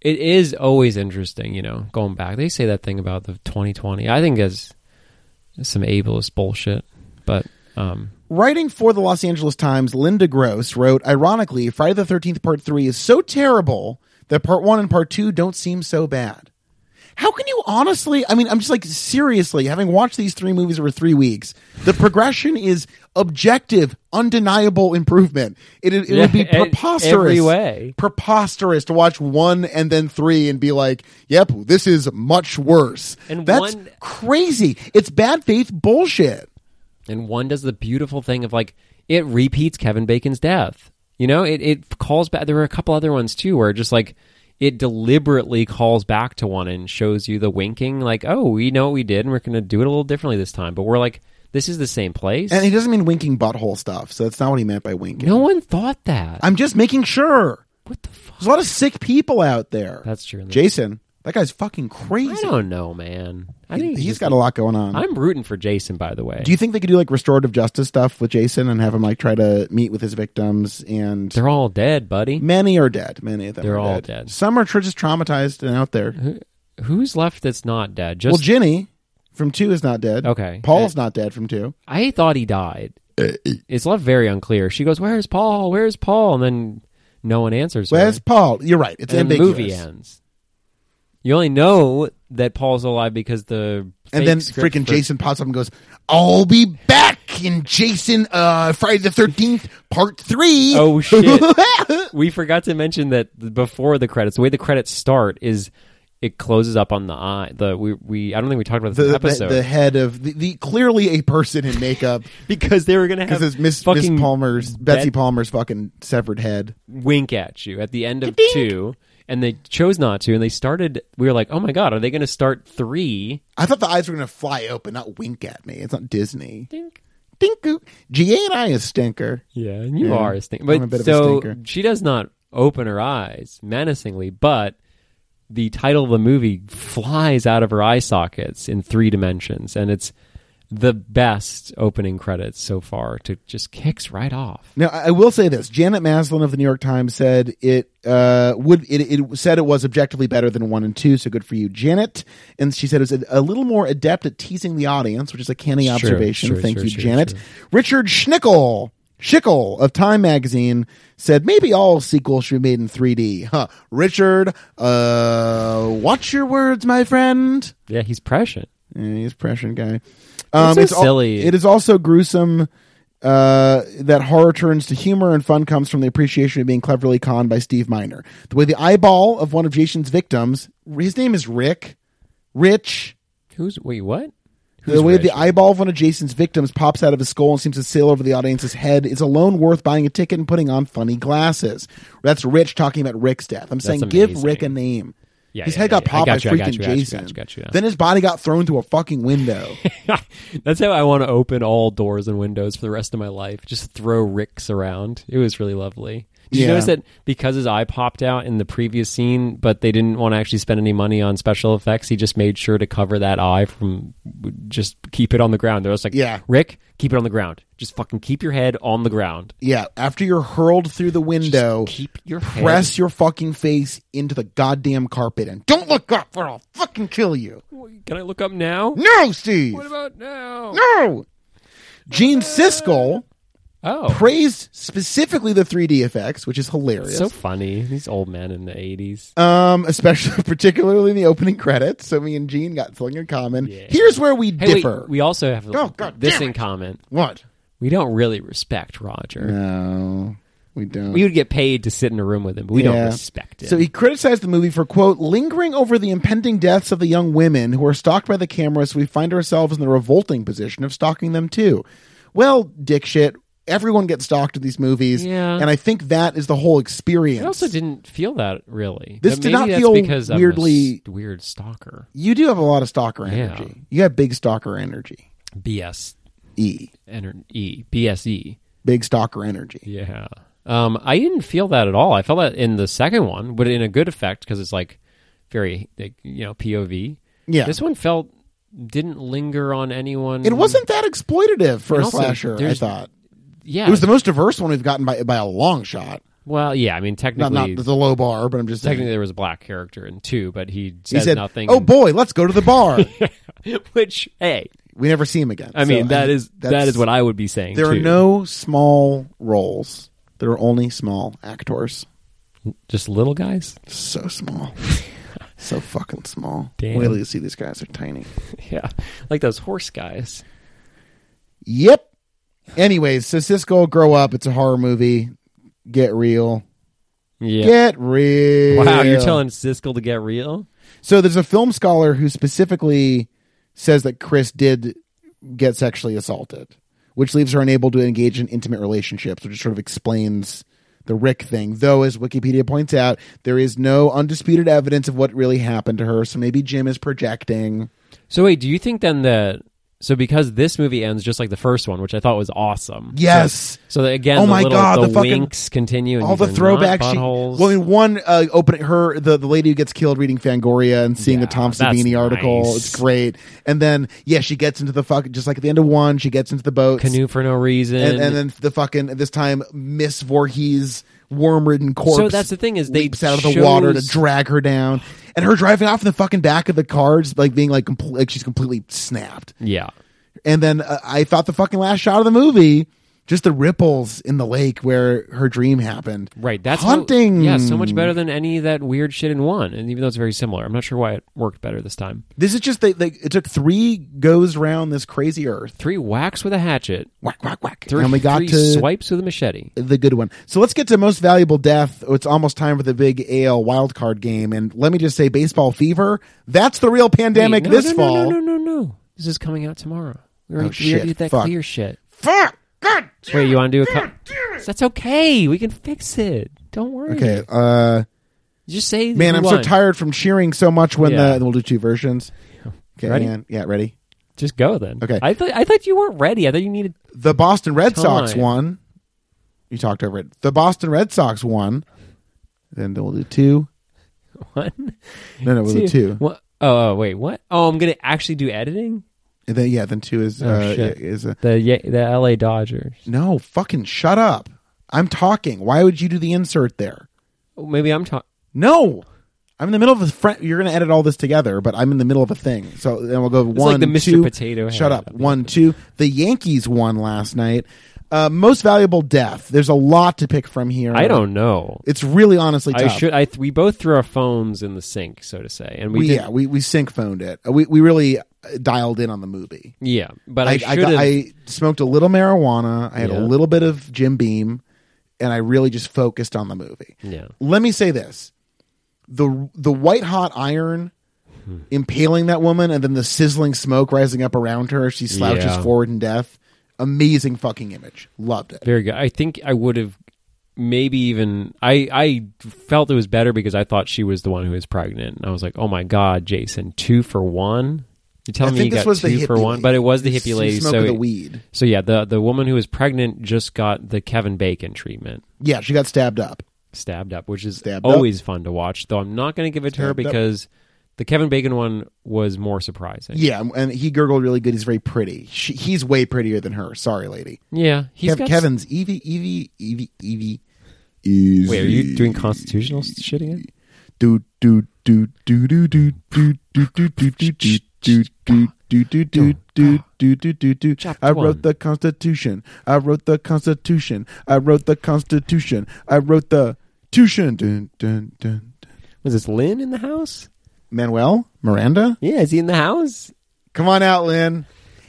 Speaker 1: it is always interesting, you know, going back. They say that thing about the 2020. I think that's some ableist bullshit, but um
Speaker 2: Writing for the Los Angeles Times, Linda Gross wrote, ironically, Friday the 13th Part 3 is so terrible that Part 1 and Part 2 don't seem so bad. How can you honestly? I mean, I'm just like, seriously, having watched these three movies over three weeks, the progression is objective, undeniable improvement. It, it, it would be
Speaker 1: Yeah, in
Speaker 2: preposterous.
Speaker 1: every way.
Speaker 2: Preposterous to watch one and then three and be like, yep, this is much worse.
Speaker 1: And
Speaker 2: That's
Speaker 1: one-
Speaker 2: crazy. It's bad faith bullshit.
Speaker 1: and one does the beautiful thing of like it repeats Kevin Bacon's death. You know, it it calls back. There were a couple other ones too where it just like it deliberately calls back to one and shows you the winking, like, oh, we know what we did, and we're going to do it a little differently this time. But we're like, this is the same place.
Speaker 2: And he doesn't mean winking butthole stuff, so that's not what he meant by winking.
Speaker 1: no one thought that.
Speaker 2: I'm just making sure.
Speaker 1: what the fuck?
Speaker 2: There's a lot of sick people out there.
Speaker 1: That's true.
Speaker 2: Jason, that guy's fucking
Speaker 1: I
Speaker 2: crazy.
Speaker 1: don't know, man. I think
Speaker 2: He's got a lot going on.
Speaker 1: I'm rooting for Jason, by the way.
Speaker 2: do you think they could do like restorative justice stuff with Jason and have him like try to meet with his victims? And
Speaker 1: They're all dead, buddy.
Speaker 2: many are dead. Many of them.
Speaker 1: They're
Speaker 2: are
Speaker 1: all
Speaker 2: dead.
Speaker 1: dead.
Speaker 2: Some are tr- just traumatized and out there.
Speaker 1: Who's left that's not dead? Just
Speaker 2: Well, Ginny from two is not dead.
Speaker 1: Okay.
Speaker 2: Paul's not dead from two.
Speaker 1: I thought he died.
Speaker 2: Uh,
Speaker 1: it's left very unclear. She goes, "Where's Paul? Where's Paul?" And then no one answers her.
Speaker 2: Where's Paul? You're right. It's
Speaker 1: and then the
Speaker 2: ambiguous.
Speaker 1: movie ends. You only know that Paul's alive because the
Speaker 2: And
Speaker 1: fake
Speaker 2: then
Speaker 1: script
Speaker 2: freaking
Speaker 1: for-
Speaker 2: Jason pops up and goes, "I'll be back in Jason uh, Friday the Thirteenth Part 3.
Speaker 1: Oh shit! we forgot to mention that before the credits, the way the credits start is it closes up on the eye. The we, we I don't think we talked about this
Speaker 2: the,
Speaker 1: in the
Speaker 2: the,
Speaker 1: episode
Speaker 2: the head of the, the clearly a person in makeup
Speaker 1: because they were gonna have
Speaker 2: because it's Miss, Miss
Speaker 1: fucking
Speaker 2: Palmer's Betsy
Speaker 1: Bet-
Speaker 2: Palmer's fucking severed head.
Speaker 1: wink at you at the end of two, and they chose not to, and they started. We were like, "Oh my god, are they gonna start three?
Speaker 2: I thought the eyes were gonna fly open, not wink at me. It's not Disney.
Speaker 1: Think
Speaker 2: Dinku, Ga and I is stinker.
Speaker 1: Yeah, and you
Speaker 2: Yeah,
Speaker 1: are a stinker.
Speaker 2: I'm
Speaker 1: But
Speaker 2: a bit of a
Speaker 1: so
Speaker 2: stinker.
Speaker 1: she does not open her eyes menacingly, but the title of the movie flies out of her eye sockets in three dimensions, and it's the best opening credits so far. To just kicks right off.
Speaker 2: Now I I will say this: Janet Maslin of the New York Times said it uh, would it, it said it was objectively better than one and two. So good for you, Janet. And she said it was a, a little more adept at teasing the audience, which is a canny
Speaker 1: Sure,
Speaker 2: observation.
Speaker 1: sure,
Speaker 2: Thank
Speaker 1: sure,
Speaker 2: you,
Speaker 1: sure,
Speaker 2: Janet.
Speaker 1: sure.
Speaker 2: Richard Schnickel. Schickel of Time Magazine said maybe all sequels should be made in 3D. Huh. Richard, uh, watch your words, my friend.
Speaker 1: Yeah, he's prescient.
Speaker 2: Yeah, he's a Prussian guy. Um,
Speaker 1: so
Speaker 2: al-
Speaker 1: silly.
Speaker 2: it is also gruesome uh, that horror turns to humor and fun comes from the appreciation of being cleverly conned by Steve Miner. The way the eyeball of one of Jason's victims, his name is Rick, Rich.
Speaker 1: Who's wait what? Who's
Speaker 2: The way
Speaker 1: Rich?
Speaker 2: the eyeball of one of Jason's victims pops out of his skull and seems to sail over the audience's head is alone worth buying a ticket and putting on funny glasses. That's Rich talking about Rick's death. I'm saying give
Speaker 1: amazing.
Speaker 2: Rick a name.
Speaker 1: Yeah,
Speaker 2: his
Speaker 1: yeah,
Speaker 2: head
Speaker 1: yeah,
Speaker 2: got
Speaker 1: yeah. I
Speaker 2: popped
Speaker 1: got you, I
Speaker 2: by
Speaker 1: got
Speaker 2: freaking
Speaker 1: you, I got you,
Speaker 2: Jason.
Speaker 1: got you, got you, yeah.
Speaker 2: Then his body got thrown through a fucking window.
Speaker 1: That's how I want to open all doors and windows for the rest of my life. Just throw ricks around. It was really lovely. Did
Speaker 2: Yeah.
Speaker 1: you notice that because his eye popped out in the previous scene, but they didn't want to actually spend any money on special effects, he just made sure to cover that eye from just keep it on the ground. They're just like,
Speaker 2: Yeah.
Speaker 1: Rick, keep it on the ground. Just fucking keep your head on the ground.
Speaker 2: Yeah, after you're hurled through the window,
Speaker 1: Keep your head
Speaker 2: press your fucking face into the goddamn carpet and don't look up or I'll fucking kill you.
Speaker 1: Can I look up now?
Speaker 2: No, Steve.
Speaker 1: What about now?
Speaker 2: No. Gene Siskel
Speaker 1: Oh,
Speaker 2: praised specifically the 3D effects, which is hilarious.
Speaker 1: so funny. These old men in the 80s.
Speaker 2: um, especially particularly in the opening credits. So me and Gene got something in common.
Speaker 1: Yeah.
Speaker 2: Here's where we
Speaker 1: Hey, wait,
Speaker 2: differ.
Speaker 1: we also have
Speaker 2: Oh, God
Speaker 1: this
Speaker 2: damn
Speaker 1: in
Speaker 2: it.
Speaker 1: common.
Speaker 2: what?
Speaker 1: We don't really respect Roger.
Speaker 2: No, we don't.
Speaker 1: We would get paid to sit in a room with him, but we
Speaker 2: Yeah.
Speaker 1: don't respect him.
Speaker 2: So he criticized the movie for, quote, lingering over the impending deaths of the young women who are stalked by the camera, so we find ourselves in the revolting position of stalking them too. Well, dick shit, everyone gets stalked in these movies.
Speaker 1: Yeah.
Speaker 2: And I think that is the whole experience.
Speaker 1: I also didn't feel that really.
Speaker 2: This
Speaker 1: But
Speaker 2: did
Speaker 1: maybe
Speaker 2: not
Speaker 1: that's
Speaker 2: feel
Speaker 1: because I'm a
Speaker 2: weirdly-
Speaker 1: s- weird stalker.
Speaker 2: you do have a lot of stalker
Speaker 1: Yeah.
Speaker 2: energy. You have big stalker energy.
Speaker 1: BS
Speaker 2: E.
Speaker 1: ener- E BSE.
Speaker 2: Big stalker energy.
Speaker 1: Yeah. Um, I didn't feel that at all. I felt that in the second one, but in a good effect because it's like very like, you know POV.
Speaker 2: Yeah.
Speaker 1: This one felt didn't linger on anyone.
Speaker 2: It wasn't that exploitative for
Speaker 1: And
Speaker 2: a
Speaker 1: also,
Speaker 2: slasher, I
Speaker 1: there's-
Speaker 2: thought.
Speaker 1: Yeah.
Speaker 2: It was the most diverse one we've gotten by by a long shot.
Speaker 1: well, yeah. I mean,
Speaker 2: Not
Speaker 1: technically,
Speaker 2: not the low bar, but I'm just saying.
Speaker 1: technically there was a black character in two, but he
Speaker 2: He
Speaker 1: said,
Speaker 2: said,
Speaker 1: nothing.
Speaker 2: "Oh boy, let's go to the bar."
Speaker 1: which hey,
Speaker 2: we never see him again.
Speaker 1: I
Speaker 2: So,
Speaker 1: mean that is
Speaker 2: that's-
Speaker 1: that is what I would be saying.
Speaker 2: There are
Speaker 1: too.
Speaker 2: no small roles. There are only small actors.
Speaker 1: just little guys.
Speaker 2: So small. so fucking small.
Speaker 1: Damn.
Speaker 2: Wait till you see these guys are tiny.
Speaker 1: Yeah, like those horse guys.
Speaker 2: Yep. Anyways, so Cisco grow up. It's a horror movie. Get real.
Speaker 1: Yeah.
Speaker 2: Get real.
Speaker 1: wow, you're telling Siskel to get real?
Speaker 2: So there's a film scholar who specifically says that Chris did get sexually assaulted, which leaves her unable to engage in intimate relationships, which sort of explains the Rick thing. Though, as Wikipedia points out, there is no undisputed evidence of what really happened to her. So maybe Jim is projecting.
Speaker 1: So wait, do you think then that so because this movie ends just like the first one, which I thought was awesome.
Speaker 2: Yes.
Speaker 1: So that, again,
Speaker 2: Oh
Speaker 1: the
Speaker 2: my
Speaker 1: little-
Speaker 2: God,
Speaker 1: the,
Speaker 2: the fucking-
Speaker 1: winks continue, and
Speaker 2: All the
Speaker 1: these are not
Speaker 2: throwbacks. She,
Speaker 1: buttholes.
Speaker 2: well, I mean, one uh, opening her the, the lady who gets killed reading Fangoria and seeing the
Speaker 1: Yeah,
Speaker 2: Tom
Speaker 1: that's
Speaker 2: Savini article.
Speaker 1: nice.
Speaker 2: It's great. And then yeah, she gets into the fuck just like at the end of one, she gets into the boat.
Speaker 1: canoe for no reason,
Speaker 2: and, and then the fucking this time Miss Voorhees worm-ridden corpse.
Speaker 1: So that's the thing is they
Speaker 2: leaps out of the water to
Speaker 1: chose-
Speaker 2: drag her down, and her driving off in the fucking back of the cars, like being like compl- like she's completely snapped.
Speaker 1: yeah.
Speaker 2: And then uh, I thought the fucking last shot of the movie, just the ripples in the lake where her dream happened.
Speaker 1: Right, that's how-
Speaker 2: haunting.
Speaker 1: yeah, so much better than any of that weird shit in one. And even though it's very similar, I'm not sure why it worked better this time.
Speaker 2: This is just they, they it took three goes around this crazy earth.
Speaker 1: Three whacks with a hatchet,
Speaker 2: Whack whack whack.
Speaker 1: three,
Speaker 2: and we got
Speaker 1: three
Speaker 2: to
Speaker 1: swipes with a machete.
Speaker 2: the good one. So let's get to most valuable death. It's almost time for the big AL wild card game, and let me just say, baseball fever. That's the real pandemic
Speaker 1: Wait, no,
Speaker 2: this
Speaker 1: no,
Speaker 2: fall.
Speaker 1: No, no, no, no, no. This is coming out tomorrow. We already,
Speaker 2: Oh,
Speaker 1: we already
Speaker 2: shit.
Speaker 1: did that
Speaker 2: Fuck.
Speaker 1: clear shit.
Speaker 2: Fuck. God.
Speaker 1: Wait, you want to do a cut? That's okay. We can fix it. Don't worry.
Speaker 2: Okay. Uh,
Speaker 1: Just say.
Speaker 2: man,
Speaker 1: who
Speaker 2: I'm so
Speaker 1: won.
Speaker 2: tired from cheering so much when
Speaker 1: Yeah.
Speaker 2: the we'll do two versions. Okay,
Speaker 1: Ready?
Speaker 2: man. Yeah, ready.
Speaker 1: Just go then.
Speaker 2: Okay.
Speaker 1: I thought I thought you weren't ready. I thought you needed.
Speaker 2: The Boston Red Sox
Speaker 1: Time.
Speaker 2: won. You talked over it. The Boston Red Sox won. Then we'll do two.
Speaker 1: One,
Speaker 2: No, no, we'll do two.
Speaker 1: What? Oh, oh, wait, what? Oh, I'm gonna actually do editing.
Speaker 2: And then yeah, then two is uh,
Speaker 1: Oh, shit.
Speaker 2: is a,
Speaker 1: The Ye- the L.A. Dodgers.
Speaker 2: no fucking shut up. I'm talking. Why would you do the insert there?
Speaker 1: Oh, Maybe I'm talking.
Speaker 2: No. I'm in the middle of a friend. You're going to edit all this together, but I'm in the middle of a thing. So then we'll go
Speaker 1: like
Speaker 2: one,
Speaker 1: the Mr.
Speaker 2: two-
Speaker 1: Potato Head
Speaker 2: Shut up.
Speaker 1: of the
Speaker 2: One, two. The Yankees won last night. Uh, most valuable death. There's a lot to pick from here.
Speaker 1: I don't know.
Speaker 2: It's really honestly tough.
Speaker 1: I should. I th- we both threw our phones in the sink, so to say, and we,
Speaker 2: We,
Speaker 1: did.
Speaker 2: yeah, we we sync phoned it. Uh, We we really uh, dialed in on the movie.
Speaker 1: Yeah, but I,
Speaker 2: I I,
Speaker 1: should
Speaker 2: got,
Speaker 1: have.
Speaker 2: I smoked a little marijuana. I had
Speaker 1: Yeah.
Speaker 2: a little bit of Jim Beam, and I really just focused on the movie.
Speaker 1: yeah.
Speaker 2: let me say this the the white hot iron impaling that woman and then the sizzling smoke rising up around her she slouches
Speaker 1: Yeah.
Speaker 2: forward in death amazing fucking image loved it
Speaker 1: Very good. I think I would have maybe even I I felt it was better because I thought she was the one who was pregnant, and I was like, oh my god, Jason, two for one. You're telling me
Speaker 2: I
Speaker 1: you
Speaker 2: think
Speaker 1: got
Speaker 2: this was the
Speaker 1: two
Speaker 2: hippie
Speaker 1: for one,
Speaker 2: lady.
Speaker 1: but it was the
Speaker 2: It's-
Speaker 1: hippie
Speaker 2: she's
Speaker 1: lady. So,
Speaker 2: smoking the
Speaker 1: it-
Speaker 2: weed.
Speaker 1: so yeah, the the woman who was pregnant just got the Kevin Bacon treatment,
Speaker 2: Yeah, she got stabbed up.
Speaker 1: stabbed up, which is
Speaker 2: Stabbed up.
Speaker 1: always fun to watch. Though I'm not going to give it to her
Speaker 2: Stabbed up.
Speaker 1: because the Kevin Bacon one was more surprising.
Speaker 2: Yeah, and he gurgled really good. He's very pretty. She, he's way prettier than her. Sorry, lady.
Speaker 1: yeah he's
Speaker 2: Kev-
Speaker 1: got
Speaker 2: Kevin's Evie, Evie, Evie, Evie. Easy.
Speaker 1: Wait, are you doing constitutional shit again?
Speaker 2: Do do do do do do do do do do do do do do do do do do do do do do.
Speaker 1: Chapter
Speaker 2: I
Speaker 1: one.
Speaker 2: wrote the Constitution. I wrote the Constitution. I wrote the Constitution. I wrote the Tuition. Dun, dun, dun, dun.
Speaker 1: Was this Lynn in the house?
Speaker 2: Manuel Miranda.
Speaker 1: Yeah, is he in the house?
Speaker 2: Come on out, Lynn.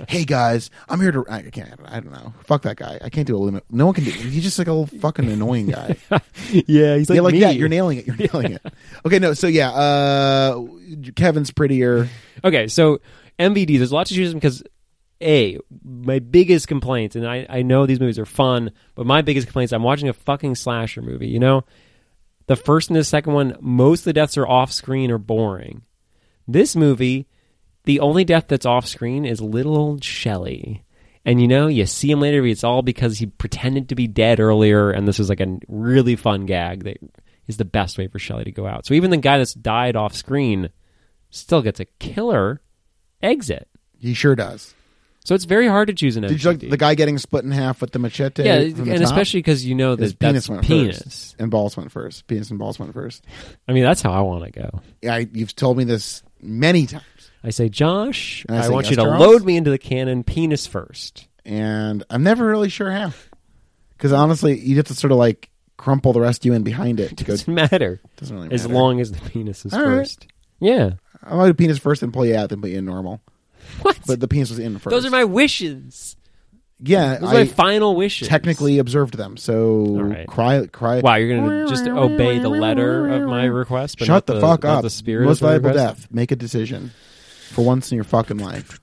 Speaker 2: Hey guys, I'm here to. I can't. I don't know. Fuck that guy. I can't do a limit. No one can do. He's just like a little fucking annoying guy.
Speaker 1: yeah, he's like,
Speaker 2: yeah, like
Speaker 1: me.
Speaker 2: that. You're nailing it. You're nailing it. Okay, no. So yeah, uh, Kevin's prettier.
Speaker 1: Okay, so MVD, there's a lot to choose from because a my biggest complaint, and I, I know these movies are fun, but my biggest complaint is I'm watching a fucking slasher movie. You know, the first and the second one, most of the deaths are off screen or boring. This movie, the only death that's off screen is little old Shelly. And you know, you see him later, but it's all because he pretended to be dead earlier, and this is like a really fun gag that is the best way for Shelly to go out. So even the guy that's died off screen still gets a killer exit.
Speaker 2: He sure does.
Speaker 1: So it's very hard to choose an
Speaker 2: Did you like
Speaker 1: MVD.
Speaker 2: the guy getting split in half with the machete?
Speaker 1: yeah,
Speaker 2: from the
Speaker 1: and
Speaker 2: top?
Speaker 1: especially because you know that
Speaker 2: his
Speaker 1: that's
Speaker 2: penis went
Speaker 1: penis.
Speaker 2: first, and balls went first. Penis and balls went first.
Speaker 1: I mean, that's how I want to go.
Speaker 2: Yeah, I, you've told me this many times,
Speaker 1: I say, Josh,
Speaker 2: And I
Speaker 1: I,
Speaker 2: say,
Speaker 1: want
Speaker 2: yes,
Speaker 1: you to
Speaker 2: Charles?
Speaker 1: load me into the cannon, penis first.
Speaker 2: and I'm never really sure how. Because honestly, you have to sort of like crumple the rest of you in behind it to go.
Speaker 1: Doesn't matter.
Speaker 2: Doesn't really
Speaker 1: As
Speaker 2: matter.
Speaker 1: long as the penis is
Speaker 2: All right.
Speaker 1: first. Yeah.
Speaker 2: I might do penis first, then pull you out, then put you in normal.
Speaker 1: What?
Speaker 2: But the penis was in first.
Speaker 1: Those are my wishes.
Speaker 2: yeah.
Speaker 1: Those are my
Speaker 2: I
Speaker 1: final wishes.
Speaker 2: technically observed them, so
Speaker 1: right.
Speaker 2: cry, cry.
Speaker 1: Wow, you're going to just obey the letter of my request, but
Speaker 2: Shut
Speaker 1: not
Speaker 2: the, fuck
Speaker 1: not
Speaker 2: up.
Speaker 1: the spirit
Speaker 2: Most
Speaker 1: of my
Speaker 2: valuable
Speaker 1: request?
Speaker 2: death. Make a decision for once in your fucking life.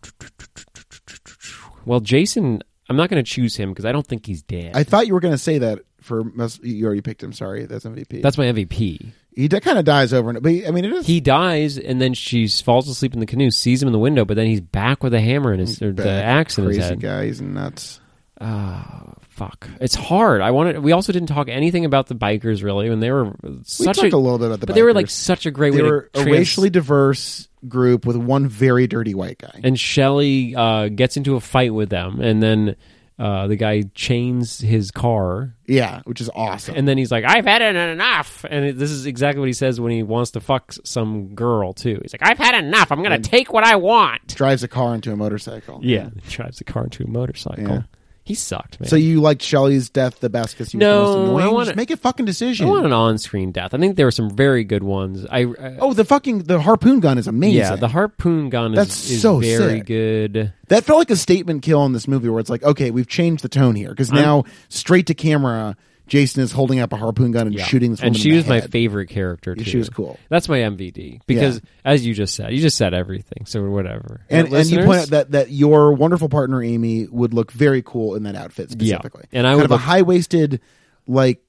Speaker 1: Well, Jason, I'm not going to choose him because I don't think he's dead.
Speaker 2: I thought you were going to say that for most, you already picked him. Sorry, that's MVP.
Speaker 1: That's my MVP.
Speaker 2: he kind of dies over, and but he- I mean it is.
Speaker 1: He dies, and then she falls asleep in the canoe, sees him in the window, but then he's back with a hammer in his or the
Speaker 2: bad.
Speaker 1: axe in his
Speaker 2: crazy
Speaker 1: head.
Speaker 2: guy. He's nuts.
Speaker 1: Oh, fuck, it's hard. I wanted. We also didn't talk anything about the bikers really, and they were
Speaker 2: We
Speaker 1: such
Speaker 2: talked
Speaker 1: a,
Speaker 2: a, little bit about the,
Speaker 1: but they were like
Speaker 2: bikers.
Speaker 1: such a great
Speaker 2: they
Speaker 1: way
Speaker 2: were
Speaker 1: to
Speaker 2: a
Speaker 1: trans-
Speaker 2: racially diverse group with one very dirty white guy.
Speaker 1: and Shelly uh, gets into a fight with them, and then uh, the guy chains his car,
Speaker 2: Yeah, which is awesome.
Speaker 1: and then he's like, "I've had it enough." And it, this is exactly what he says when he wants to fuck s- some girl too. He's like, "I've had enough. I'm gonna take what I want."
Speaker 2: drives a car into a motorcycle.
Speaker 1: Yeah, drives the car into a motorcycle.
Speaker 2: Yeah.
Speaker 1: He sucked, man.
Speaker 2: So you liked Shelley's death the best because he was
Speaker 1: No,
Speaker 2: the most annoying.
Speaker 1: I wanna-
Speaker 2: Just make a fucking decision.
Speaker 1: I want an on-screen death. I think there were some very good ones. I, I
Speaker 2: oh, the fucking the harpoon gun is amazing.
Speaker 1: yeah, the harpoon gun is,
Speaker 2: Oh, That's
Speaker 1: is
Speaker 2: so
Speaker 1: very
Speaker 2: sick.
Speaker 1: good.
Speaker 2: that felt like a statement kill in this movie where it's like, okay, we've changed the tone here because now straight to camera, Jason is holding up a harpoon gun and
Speaker 1: Yeah.
Speaker 2: shooting this woman.
Speaker 1: and she
Speaker 2: in the
Speaker 1: was my
Speaker 2: head.
Speaker 1: favorite character. Too.
Speaker 2: she was cool.
Speaker 1: That's my MVD because, as you just said, you just said everything. So whatever.
Speaker 2: And, and you
Speaker 1: listeners,
Speaker 2: point out that, that your wonderful partner Amy would look very cool in that outfit specifically,
Speaker 1: and I
Speaker 2: kind
Speaker 1: would
Speaker 2: of a
Speaker 1: look-
Speaker 2: high waisted, like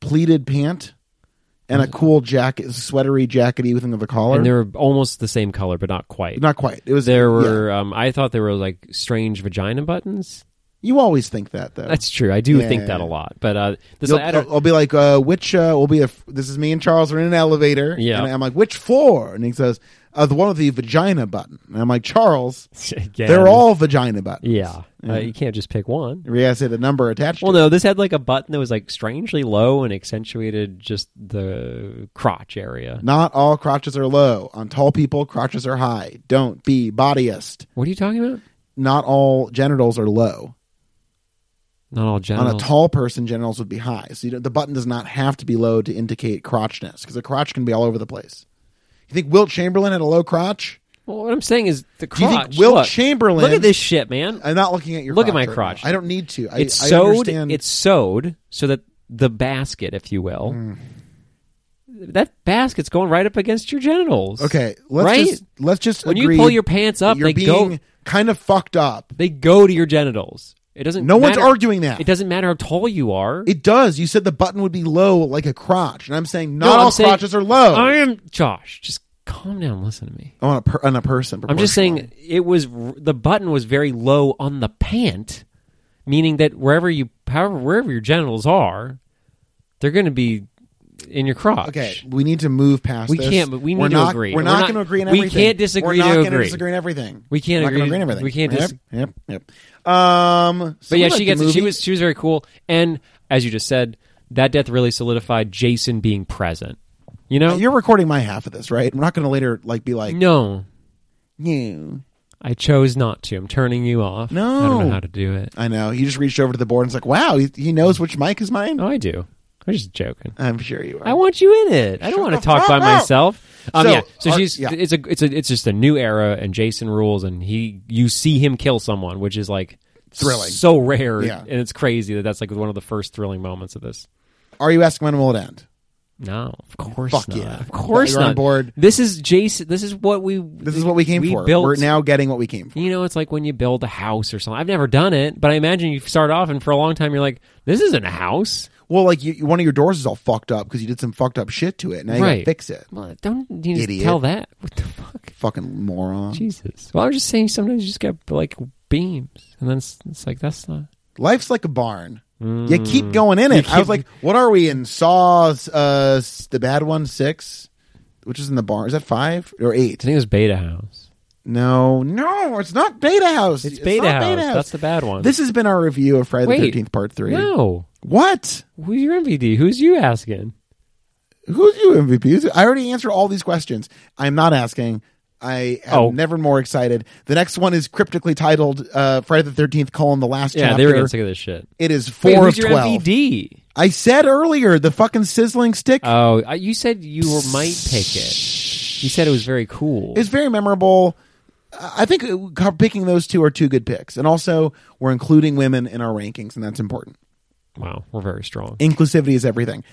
Speaker 2: pleated pant, and a cool jacket, sweatery jackety thing of a collar.
Speaker 1: Mm. and they were almost the same color, but not quite.
Speaker 2: Not quite. It was
Speaker 1: there
Speaker 2: yeah.
Speaker 1: were. Um, I thought there were like strange vagina buttons.
Speaker 2: You always think that though.
Speaker 1: That's true. I do
Speaker 2: Yeah.
Speaker 1: think that a lot. But uh, this
Speaker 2: You'll-
Speaker 1: I don't-
Speaker 2: I'll, I'll be like, uh, which uh, will be a. F- this is me and Charles are in an elevator.
Speaker 1: Yeah.
Speaker 2: and I'm like, which floor? And he says, uh, the one with the vagina button. And I'm like, Charles,
Speaker 1: Again.
Speaker 2: they're all vagina buttons.
Speaker 1: Yeah, Uh, you can't just pick one.
Speaker 2: We has to have a number attached.
Speaker 1: Well,
Speaker 2: to it.
Speaker 1: no, this had like a button that was like strangely low and accentuated just the crotch area.
Speaker 2: Not all crotches are low. On tall people, crotches are high. Don't be bodyist.
Speaker 1: What are you talking about?
Speaker 2: Not all genitals are low.
Speaker 1: Not all genitals.
Speaker 2: On a tall person, genitals would be high. So you don't, the button does not have to be low to indicate crotchness because a crotch can be all over the place. You think Wilt Chamberlain had a low crotch?
Speaker 1: well, what I'm saying is the
Speaker 2: Do you
Speaker 1: crotch.
Speaker 2: think Wilt
Speaker 1: look,
Speaker 2: Chamberlain-
Speaker 1: Look at this shit, man.
Speaker 2: I'm not looking at your.
Speaker 1: Look at my
Speaker 2: crotch right
Speaker 1: crotch.
Speaker 2: now. I don't need to. I,
Speaker 1: it's
Speaker 2: I
Speaker 1: sewed.
Speaker 2: understand.
Speaker 1: It's sewed so that the basket, if you will,
Speaker 2: Hmm.
Speaker 1: that basket's going right up against your genitals.
Speaker 2: okay. Let's
Speaker 1: right?
Speaker 2: just let's just
Speaker 1: when you
Speaker 2: agree
Speaker 1: pull your pants
Speaker 2: that
Speaker 1: up,
Speaker 2: you're
Speaker 1: they
Speaker 2: being
Speaker 1: go.
Speaker 2: kind of fucked up.
Speaker 1: They go to your genitals. It doesn't.
Speaker 2: No one's
Speaker 1: matter-
Speaker 2: arguing that.
Speaker 1: It doesn't matter how tall you are.
Speaker 2: It does. You said the button would be low, like a crotch, and I'm saying not
Speaker 1: No, I'm
Speaker 2: all
Speaker 1: saying-
Speaker 2: crotches are low.
Speaker 1: I am Josh. Just Calm down. Listen to me.
Speaker 2: on a per, on a person.
Speaker 1: I'm just
Speaker 2: proportionally.
Speaker 1: saying it was r- the button was very low on the pant, meaning that wherever you, however, wherever your genitals are, they're going to be in your crotch.
Speaker 2: Okay, we need to move past.
Speaker 1: We
Speaker 2: this.
Speaker 1: can't, but we
Speaker 2: We're
Speaker 1: need to
Speaker 2: not,
Speaker 1: agree.
Speaker 2: We're
Speaker 1: We're
Speaker 2: not
Speaker 1: not-
Speaker 2: going to agree on
Speaker 1: we
Speaker 2: everything.
Speaker 1: can't disagree
Speaker 2: We're not
Speaker 1: to
Speaker 2: gonna
Speaker 1: agree.
Speaker 2: disagree on everything.
Speaker 1: We can't
Speaker 2: We're not gonna
Speaker 1: agree-
Speaker 2: agree on everything.
Speaker 1: we can't
Speaker 2: Yep,
Speaker 1: dis-
Speaker 2: Yep. Yep. Um.
Speaker 1: But yeah, she gets it. She was she was very cool, and as you just said, that death really solidified Jason being present. You know,
Speaker 2: Uh, You're recording my half of this, right? We're not going to later like be like
Speaker 1: no,
Speaker 2: you.
Speaker 1: I chose not to. I'm turning you off.
Speaker 2: No.
Speaker 1: I don't know how to do it.
Speaker 2: I know. He just reached over to the board and was like, "Wow, he, he knows which mic is mine."
Speaker 1: Oh, I do. I'm just joking.
Speaker 2: I'm sure you
Speaker 1: I
Speaker 2: are.
Speaker 1: want you in it. I don't
Speaker 2: Shut
Speaker 1: want
Speaker 2: the
Speaker 1: to talk by
Speaker 2: fuck up.
Speaker 1: myself. Um,
Speaker 2: So,
Speaker 1: yeah. So
Speaker 2: our-
Speaker 1: she's
Speaker 2: yeah.
Speaker 1: it's a it's a it's just a new era, and Jason rules, and he you see him kill someone, which is like
Speaker 2: Thrilling.
Speaker 1: so rare,
Speaker 2: Yeah.
Speaker 1: and it's crazy that that's like one of the first thrilling moments of this.
Speaker 2: Are you asking when will it end?
Speaker 1: No, of course
Speaker 2: Fuck
Speaker 1: not.
Speaker 2: yeah.
Speaker 1: Of course
Speaker 2: You're on
Speaker 1: not.
Speaker 2: board.
Speaker 1: This is Jason. This is what we.
Speaker 2: This is what we came for.
Speaker 1: Built,
Speaker 2: We're now getting what we came for.
Speaker 1: You know, it's like when you build a house or something. I've never done it, but I imagine you start off and for a long time you're like, "This isn't a house."
Speaker 2: Well, like you, one of your doors is all fucked up because you did some fucked up shit to it. Now you got to
Speaker 1: Right.
Speaker 2: fix it.
Speaker 1: Well, don't you just
Speaker 2: Idiot.
Speaker 1: tell that? What the fuck,
Speaker 2: Fucking moron.
Speaker 1: Jesus? Well, I was just saying. Sometimes you just got like beams, and then it's, it's like that's not.
Speaker 2: Life's like a barn.
Speaker 1: Mm.
Speaker 2: You keep going in it. I was like, what are we in Saw? Uh, s- the bad one six, which is in the barn. Is that five or
Speaker 1: I
Speaker 2: eight?
Speaker 1: think it was Beta House.
Speaker 2: No, no, it's not Beta House.
Speaker 1: It's Beta,
Speaker 2: not
Speaker 1: House. That's the bad one.
Speaker 2: This has been our review of Friday the
Speaker 1: Wait.
Speaker 2: Thirteenth Part Three.
Speaker 1: no.
Speaker 2: What?
Speaker 1: Who's your MVD? Who's you asking?
Speaker 2: Who's you MVP? I already answered all these questions. I'm not asking. I am
Speaker 1: Oh.
Speaker 2: never more excited. The next one is cryptically titled uh, Friday the Thirteenth: colon the last
Speaker 1: Yeah,
Speaker 2: chapter.
Speaker 1: they were getting sick of this shit.
Speaker 2: it is
Speaker 1: Wait,
Speaker 2: four
Speaker 1: who's
Speaker 2: of
Speaker 1: your
Speaker 2: twelve.
Speaker 1: MVD?
Speaker 2: I said earlier the fucking sizzling stick.
Speaker 1: Oh, I- you said you were, might pick it. You said it was very cool.
Speaker 2: It's very memorable. I think uh, picking those two are two good picks, and also we're including women in our rankings, and that's important.
Speaker 1: wow, we're very strong.
Speaker 2: Inclusivity is everything.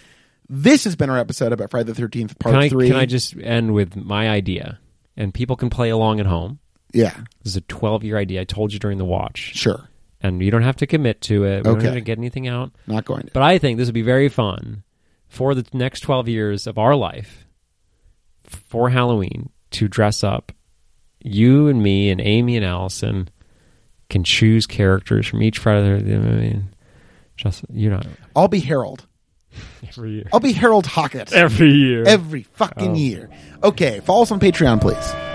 Speaker 2: This has been our episode about Friday the Thirteenth Part
Speaker 1: Can I,
Speaker 2: Three.
Speaker 1: can I just end with my idea? And people can play along at home.
Speaker 2: yeah,
Speaker 1: This is a 12 year idea I told you during the watch.
Speaker 2: sure,
Speaker 1: And you don't have to commit to it. We don't
Speaker 2: Okay.
Speaker 1: have to get anything out.
Speaker 2: not going to.
Speaker 1: But I think this would be very fun for the next 12 years of our life for Halloween to dress up. You and me and Amy and Allison can choose characters from each Friday. the- I mean, Just, you know,
Speaker 2: I'll be Harold.
Speaker 1: every year.
Speaker 2: I'll be Harold Hockett
Speaker 1: Every year.
Speaker 2: every fucking year. Okay, follow us on Patreon, please.